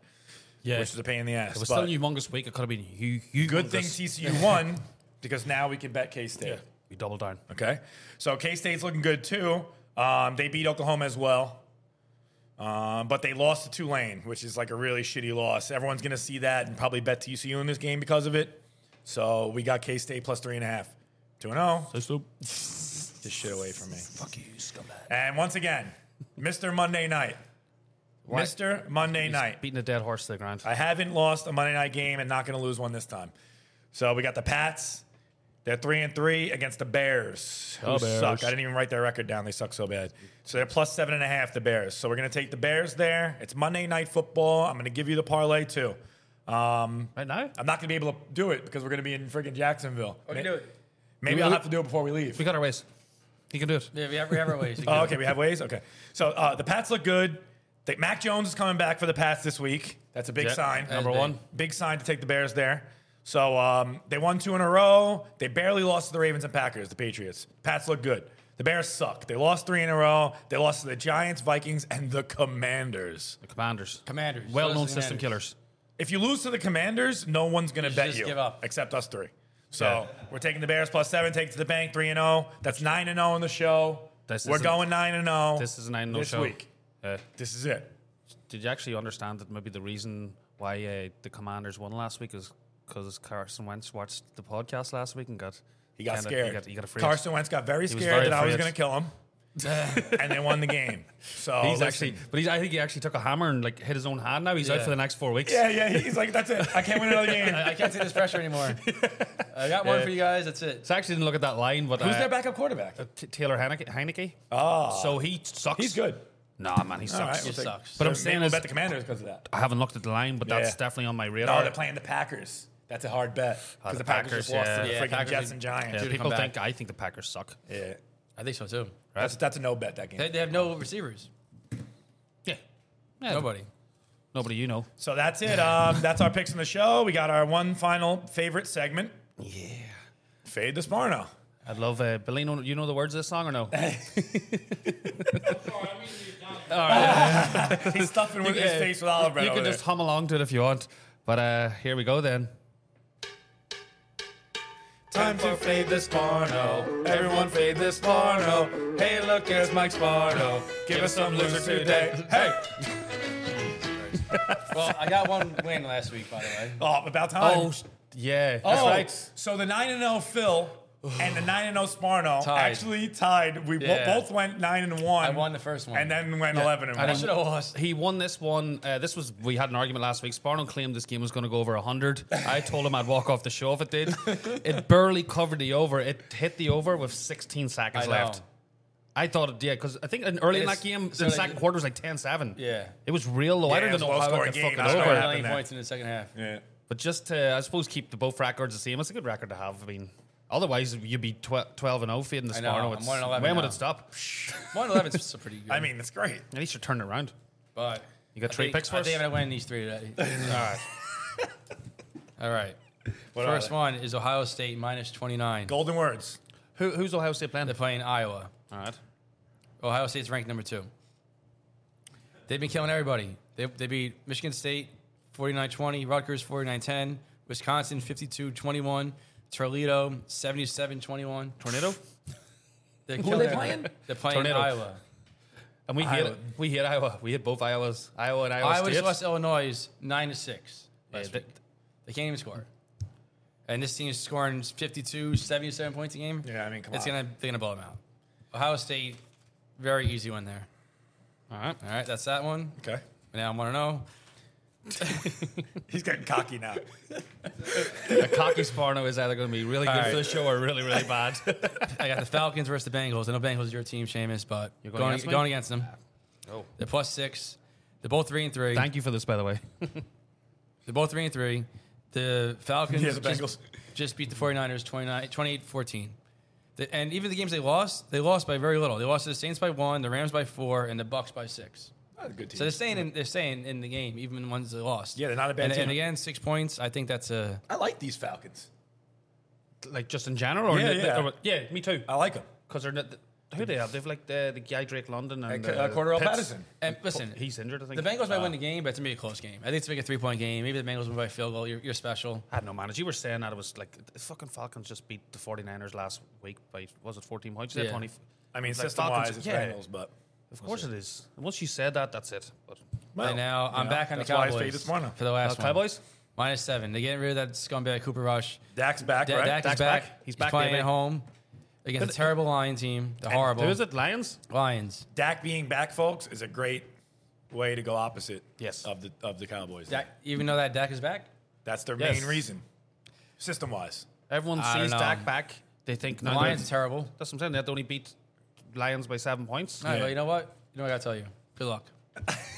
C: Yeah.
A: which is a pain in the ass.
C: it was
A: But
C: still a humongous week. It could have been hu- humongous.
A: good thing TCU won because now we can bet K State.
C: We doubled down.
A: Okay. So K State's looking good too. Um, they beat Oklahoma as well. Um, but they lost to Tulane, which is like a really shitty loss. Everyone's going to see that and probably bet TCU in this game because of it. So we got K State plus three and a half. 2 and 0. This shit away from me.
C: Fuck you, scumbag.
A: And once again, Mr. Monday Night. Mr. Monday Night.
C: Beating a dead horse to the ground.
A: I haven't lost a Monday night game and not going to lose one this time. So we got the Pats. They're three and three against the Bears, who
C: The Bears.
A: suck. I didn't even write their record down. They suck so bad. So they're plus seven and a half. The Bears. So we're going to take the Bears there. It's Monday night football. I'm going to give you the parlay too. Um,
C: right now?
A: I'm not going to be able to do it because we're going to be in friggin' Jacksonville.
D: Oh,
A: May- Maybe
C: We-
A: I'll have to do it before we leave.
C: We got our ways. He can do it.
D: Yeah, we have, we have our <laughs> ways.
A: Oh, okay, we have ways. Okay, so uh, the Pats look good. They, Mac Jones is coming back for the Pats this week. That's a big
C: Yeah,
A: sign.
D: that is Number big. one.
A: big sign to take the Bears there. So um, they won two in a row. They barely lost to the Ravens and Packers. The Patriots. Pats look good. The Bears suck. They lost three in a row. They lost to the Giants, Vikings, and the Commanders.
C: The Commanders.
D: Commanders.
C: Well known
D: Commanders.
C: system killers.
A: If you lose to the Commanders, no one's going to
D: should
A: bet
D: just
A: you.
D: give up.
A: Except us three. So we're taking the Bears plus seven. Take it to the bank three and zero. That's nine and zero in the show.
C: This
A: we're
C: isn't-
A: going nine and zero.
C: This is an I know
A: this
C: oh show.
A: week.
C: Uh,
A: This is it.
C: Did you actually understand that maybe the reason why uh, the Commanders won last week is because Carson Wentz watched the podcast last week and got
A: He got
C: kinda-
A: scared.
C: He got, he got afraid.
A: Carson Wentz got very
C: was
A: scared
C: very
A: that I was
C: afraid.
A: going to kill him,
C: <laughs>
A: and they won the game. So
C: He's
A: listen.
C: actually, but he's. I think he actually took a hammer and like hit his own hand. Now he's out
D: Yeah.
C: for the next four weeks.
A: yeah, yeah. He's like, that's it. I can't win another
C: <laughs>
A: game.
D: I, I can't see this pressure <laughs> anymore. I got one for you guys. That's it.
C: So I actually didn't look at that line, but
A: Who's
C: uh,
A: their backup quarterback?
C: T- Taylor Heineke. Heineke.
A: Oh,
C: So he sucks.
A: he's good.
C: Nah, man, he
A: All right,
C: sucks.
A: we'll take-
D: sucks.
A: But
C: But I'm
A: I'm
C: saying
A: saying we'll
C: is-
A: bet the Commanders because of that.
C: I haven't looked at the line, but that's
A: Yeah.
C: definitely on my
A: No,
C: radar.
A: they're playing the Packers. That's a hard bet
C: Oh,
A: because
C: the
A: the Packers, just
C: Packers,
A: lost to
C: yeah.
A: the
D: Yeah,
A: freaking
D: Packers
A: Jets
D: did-
A: and
C: yeah,
A: Giants.
D: Dude,
C: people
D: come
C: think I think the Packers suck.
A: Yeah,
D: I think so too.
A: that's that's a no bet that game.
D: They, they have no receivers.
C: Yeah.
D: Nobody.
C: Nobody you know.
A: So that's it. Um, that's our picks in the show. We got our one final favorite segment. Yeah, fade the Sparno.
C: I love uh, Bellino. You know the words of this song or no?
A: He's stuffing with <laughs> his
C: Yeah.
A: face with olive bread.
C: You can
A: over
C: just
A: there.
C: hum along to it if you want. But uh, here we go then.
A: Time to fade this porno. Everyone fade this porno. Hey, look, it's Mike Sparno. Give us some loser today. Hey!
D: Well, I got one win last week, by the way.
A: Oh, about time.
C: yeah.
A: Oh, So the 9 and 0 Phil and the 9 and 0 Sparno
D: Tied.
A: actually tied. We bo-
D: Yeah.
A: both went 9 and 1.
D: I won the first one.
A: And then went 11 and
D: I
A: 1.
D: should have lost.
C: He won this one. Uh, this was we had an argument last week. Sparno claimed this game was going to go over hundred. I told him I'd walk off the show if it did. it barely covered the over. It hit the over with 16 seconds
D: I know.
C: left. I thought it did because I think in early in
D: It's-
C: that game,
D: so
C: the
D: they-
C: second quarter was like 10-7.
D: Yeah.
C: it was real low. I
A: Yeah, it
C: don't
A: was
C: even
A: a
C: know how
A: low-scoring
C: it could
A: game.
C: fuck it
A: I don't know
C: over.
A: what
D: Scored
A: happened
D: nine
A: there.
D: points in the second half.
A: yeah.
C: But just to, I suppose, keep the both records the same. It's a good record to have. I mean, otherwise you'd be tw- 12 and 0 fading the
D: I know. I'm
C: Sparno. It's-
D: 1-11
C: When would
D: now.
C: it stop?
D: One eleven is pretty good.
A: I mean, that's great.
C: At least you turn it around.
D: but
C: You got
D: I
C: three
D: think-
C: picks for
D: I
C: us?
D: think I'm gonna win these three today.
C: <laughs> All right.
D: <laughs> All right. First one is Ohio State minus twenty nine.
A: Golden words.
C: Who, who's Ohio State playing?
D: They're playing Iowa.
C: All right.
D: Ohio State's ranked number two. They've been killing everybody. They, they beat Michigan State 49 20, Rutgers 49 10, Wisconsin 52 21, Toledo 77 21.
C: Tornado?
D: They're
C: are
D: killing
C: they
D: everybody.
C: playing?
D: They're playing
C: Tornado.
D: Iowa.
C: And we
D: Iowa.
C: hit we hit Iowa. We hit both Iowas. Iowa and Iowa,
D: Iowa
C: State.
D: just lost to Illinois 9 to 6.
C: Yeah,
D: last
C: they-
D: week. They can't even score. And this team is scoring 52, 77 points a game.
A: Yeah, I mean, come
D: it's
A: on.
D: Gonna, they're going to blow them out. Ohio State, very easy one there.
C: All right.
D: All right, that's that one.
A: Okay.
D: Now I'm 1 0.
A: He's getting cocky now.
C: A cocky Sparno is either going to be really good
D: All right.
C: for the show or really, really bad.
D: I got the Falcons versus the Bengals. I know Bengals are your team, Seamus, but you're
C: going
D: going, going, against,
C: against me?
D: them.
A: Ah.
C: Oh.
D: They're plus six. They're both three and three.
C: <laughs> Thank you for this, by the way.
D: They're both three and three. The Falcons
A: Yeah, the Bengals.
D: just, just beat the 49ers 29 28-14. The, and even the games they lost, they lost by very little. They lost to the Saints by one, the Rams by four, and the Bucks by six.
A: That's a good team.
D: So they're staying in they're staying in the game, even the ones they lost.
A: Yeah, they're not a bad
D: and,
A: team.
D: And again, six points. I think that's a
A: I like these Falcons.
C: Like just in general, or
A: Yeah,
C: in the-
A: yeah.
C: or- yeah, me too.
A: I like them.
C: Because they're not, who they have? They've like the, the guy Drake London and
A: Uh, uh, Cordero
C: Pitts.
A: Patterson.
D: and listen,
C: He's injured, I think.
D: the Bengals might
C: Uh,
A: Ah.
D: win the game, but it's gonna be a close game. I think it's gonna be a three point game. Maybe the Bengals win by a field goal. You're, you're special.
C: I don't know, man. As you were saying that, it was like the fucking Falcons just beat the 49ers last week by, was it 14 points? Yeah.
D: Yeah.
C: 20,
A: I mean,
C: Like
A: system wise,
C: Falcons-
A: it's
C: yeah.
A: Bengals, but.
C: Of course it is. Once you said that, that's it. But, uh,
A: Well,
D: and now I'm
A: you know,
D: back on the
A: that's why I
D: Cowboys
A: stayed this morning.
D: for the last one.
C: Cowboys?
D: minus seven. They're getting rid of that scumbag Cooper Rush.
A: Dak's back,
D: Da-
A: right?
D: Dak
C: Dak's
D: is back.
C: back. He's back,
D: playing
C: baby.
D: at home against a terrible Lion team. They're horrible.
C: Who is it? Lions?
D: Lions.
A: Dak being back, folks, is a great way to go opposite
C: Yes.
A: of the of the Cowboys.
D: Dak, even though that Dak is back,
A: That's their
C: Yes.
A: main reason, system wise.
C: Everyone
D: I don't
C: sees
D: know.
C: Dak back. They think
D: the
C: no,
D: Lions are
C: they-
D: terrible.
C: That's what I'm saying. They had to only beat Lions by seven points.
D: All right,
A: Yeah.
D: well, you know what? You know what I gotta tell you. Good luck.
C: <laughs>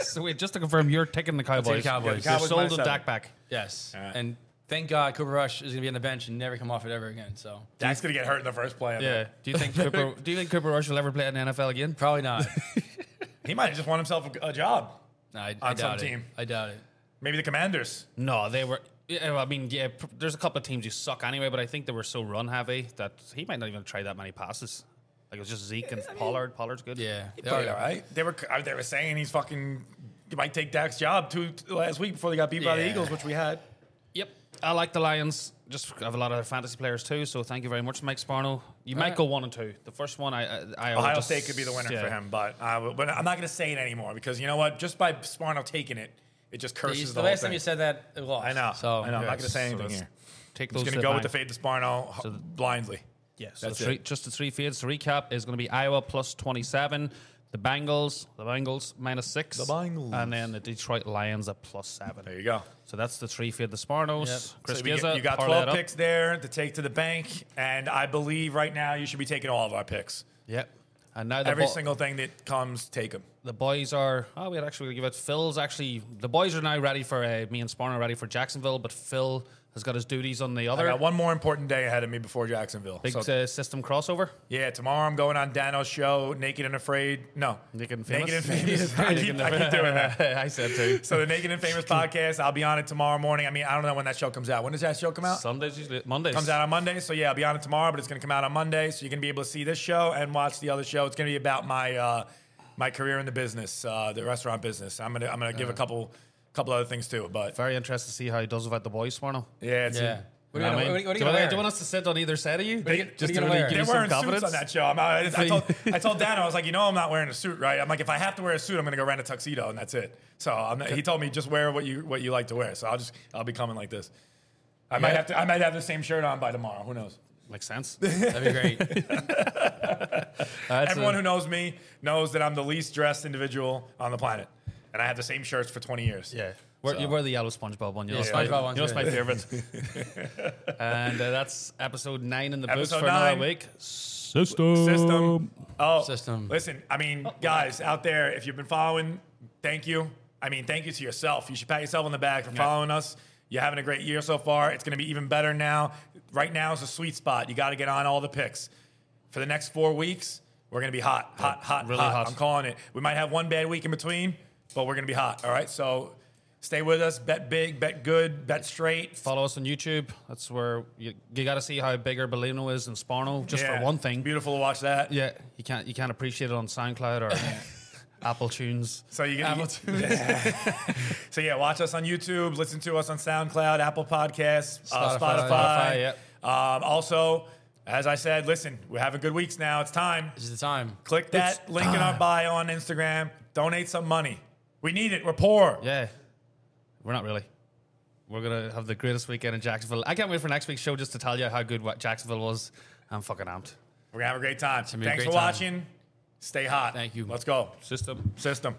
C: so wait, just to confirm, you're taking the Cowboys.
D: taking Cowboys.
C: You're
A: Cowboys
C: sold
A: minus
C: on
A: seven.
C: Dak back.
D: Yes,
A: right.
D: and thank God Cooper Rush is gonna be on the bench and never come off it ever again. So
A: Dak's gonna get hurt in the first play. I mean.
C: Yeah. Do you
A: <laughs>
C: think Cooper? do you think Cooper Rush will ever play in the NFL again?
D: probably not.
A: He might have just won himself a, a job.
D: no, I, I
A: On some
D: doubt it.
A: team.
D: I doubt it.
A: Maybe the Commanders.
C: No, they were. Yeah, I mean, yeah. pr- There's a couple of teams who suck anyway, but I think they were so run heavy that he might not even try that many passes. Like it was just Zeke and Pollard. Pollard's good.
D: Yeah, they
A: All
D: are-
A: right, They were uh, they were saying he's fucking he might take Dak's job two t- last week before they got beat by the
D: Yeah.
A: Eagles, which we had.
C: Yep. I like the Lions. Just I have a lot of fantasy players too, so thank you very much, Mike Sparno. You might
D: right.
C: go one and two. The first one, I, I, I
A: Ohio
C: just-
A: State could be the winner
C: yeah.
A: for him, but I w- but I'm not gonna say it anymore because you know what? Just by Sparno taking it, it just curses
D: The,
A: the, whole
D: last time
A: thing.
D: you said that, it lost.
A: I know.
D: So
A: I know. I'm not
C: yes,
A: gonna say
C: so
A: anything
C: that's-
A: here.
C: Take those.
A: Just
C: to
A: gonna
C: the
A: go with the
C: bank.
A: fade to Sparno h- blindly.
C: Yeah, so
A: That's
C: the three,
A: it.
C: just the three fades to recap is going to be Iowa plus 27, the Bengals, the Bengals minus six, the
A: Bengals.
C: and then the Detroit Lions at plus seven.
A: There you go.
C: So that's the three fade the Sparnos.
D: Yep.
C: Chris
A: So we get-
C: Gizza,
A: you got
C: parlay it
A: 12
C: up.
A: picks there to take to the bank, and I believe right now you should be taking all of our picks.
C: Yep. And now the,
A: Every
C: bo-
A: single thing that comes, take them.
C: the boys are. Oh, we had actually gonna give it. Phil's actually. The boys are now ready for. Uh, me and Sparno are ready for Jacksonville, but Phil has got his duties on the
A: I
C: other.
A: got one more important day ahead of me before Jacksonville.
C: Big
A: So,
C: uh, system crossover.
A: yeah, tomorrow I'm going on Dano's show, Naked and Afraid. No,
C: Naked and famous.
A: Naked and
C: <laughs>
A: Famous. I, keep, I keep doing that.
C: I said too.
A: So the Naked and
C: <laughs>
A: Famous podcast, I'll be on it tomorrow morning. I mean, I don't know when that show comes out. When does that show come out?
C: Sundays, usually Mondays.
A: comes out on Monday. So yeah, I'll be on it tomorrow, but it's gonna come out on Monday. So you're gonna be able to see this show and watch the other show. It's gonna be about my uh, my career in the business, uh, the restaurant business. I'm gonna I'm gonna give a couple couple other things too. But
C: Very interested to see how he does without the boys, Sparno.
A: yeah, it's
D: yeah. What are you
C: I
D: gonna- what
C: mean,
D: are you- what are you
C: do,
D: gonna
C: you-
D: wear?
C: do you want us to sit on either side of you?
D: are you- what are
C: just
D: you
C: to
D: gonna
C: really
D: wear?
C: give
A: they're
C: you some
A: wearing suits
C: confidence.
A: on that show. I'm, I,
C: <laughs>
A: I told I told Dan I was like, you know, I'm not wearing a suit, right? I'm like, if I have to wear a suit, I'm gonna go rent a tuxedo, and that's it. So I'm not, he told me just wear what you what you like to wear. So I'll just I'll be coming like this. I might have to I might have the same shirt on by tomorrow. Who knows?
C: Makes <laughs> sense.
D: That'd be <laughs> great.
E: That's
A: Everyone
E: a-
A: who knows me knows that I'm the least dressed individual on the planet, and I have the same shirts for 20 years.
E: yeah.
C: Wear, you wear the yellow SpongeBob one. You know,
A: Yeah.
C: my,
D: SpongeBob one's
C: you know, it's my
D: good.
C: favorite.
D: <laughs>
C: and uh, that's episode nine in the books
A: Episode
C: for
A: nine.
C: another week.
E: System.
A: System. Oh,
D: System.
A: Listen, I
C: Oh,
A: mean, guys out there, if you've been following, thank you. I mean, thank you to yourself. You should pat yourself on the back for following us. You're having a great year so far. It's going to be even better now. Right now is a sweet spot. You got to get on all the picks. For the next four weeks, we're going to be hot, hot, hot,
C: really hot.
A: I'm calling it. We might have one bad week in between, but we're going to be hot. All right. So stay with us. Bet big, bet good, bet straight.
C: Follow us on YouTube. That's where you, you got to see how big Urbelino is and Sparno, just
A: Yeah.
C: for one thing.
A: Beautiful to watch that.
C: Yeah, you can't you can't appreciate it on SoundCloud <laughs> or Apple Tunes.
A: So you can <laughs> So yeah, watch us on YouTube, listen to us on SoundCloud, Apple Podcasts, uh, Spotify.
D: Spotify.
C: Spotify,
A: Um, also, as I said, listen, we're having good weeks now. It's time.
D: This is the time.
A: Click that link in our bio on Instagram. Donate some money. We need it. We're poor.
C: Yeah, we're not really. We're gonna have the greatest weekend in Jacksonville. I can't wait for next week's show just to tell you how good what Jacksonville was. I'm fucking amped.
A: We're gonna have a great time.
D: gonna be a
A: Thanks
D: great
A: for
D: time.
A: watching. Stay hot.
D: Thank you.
A: Let's go.
C: System.
A: System.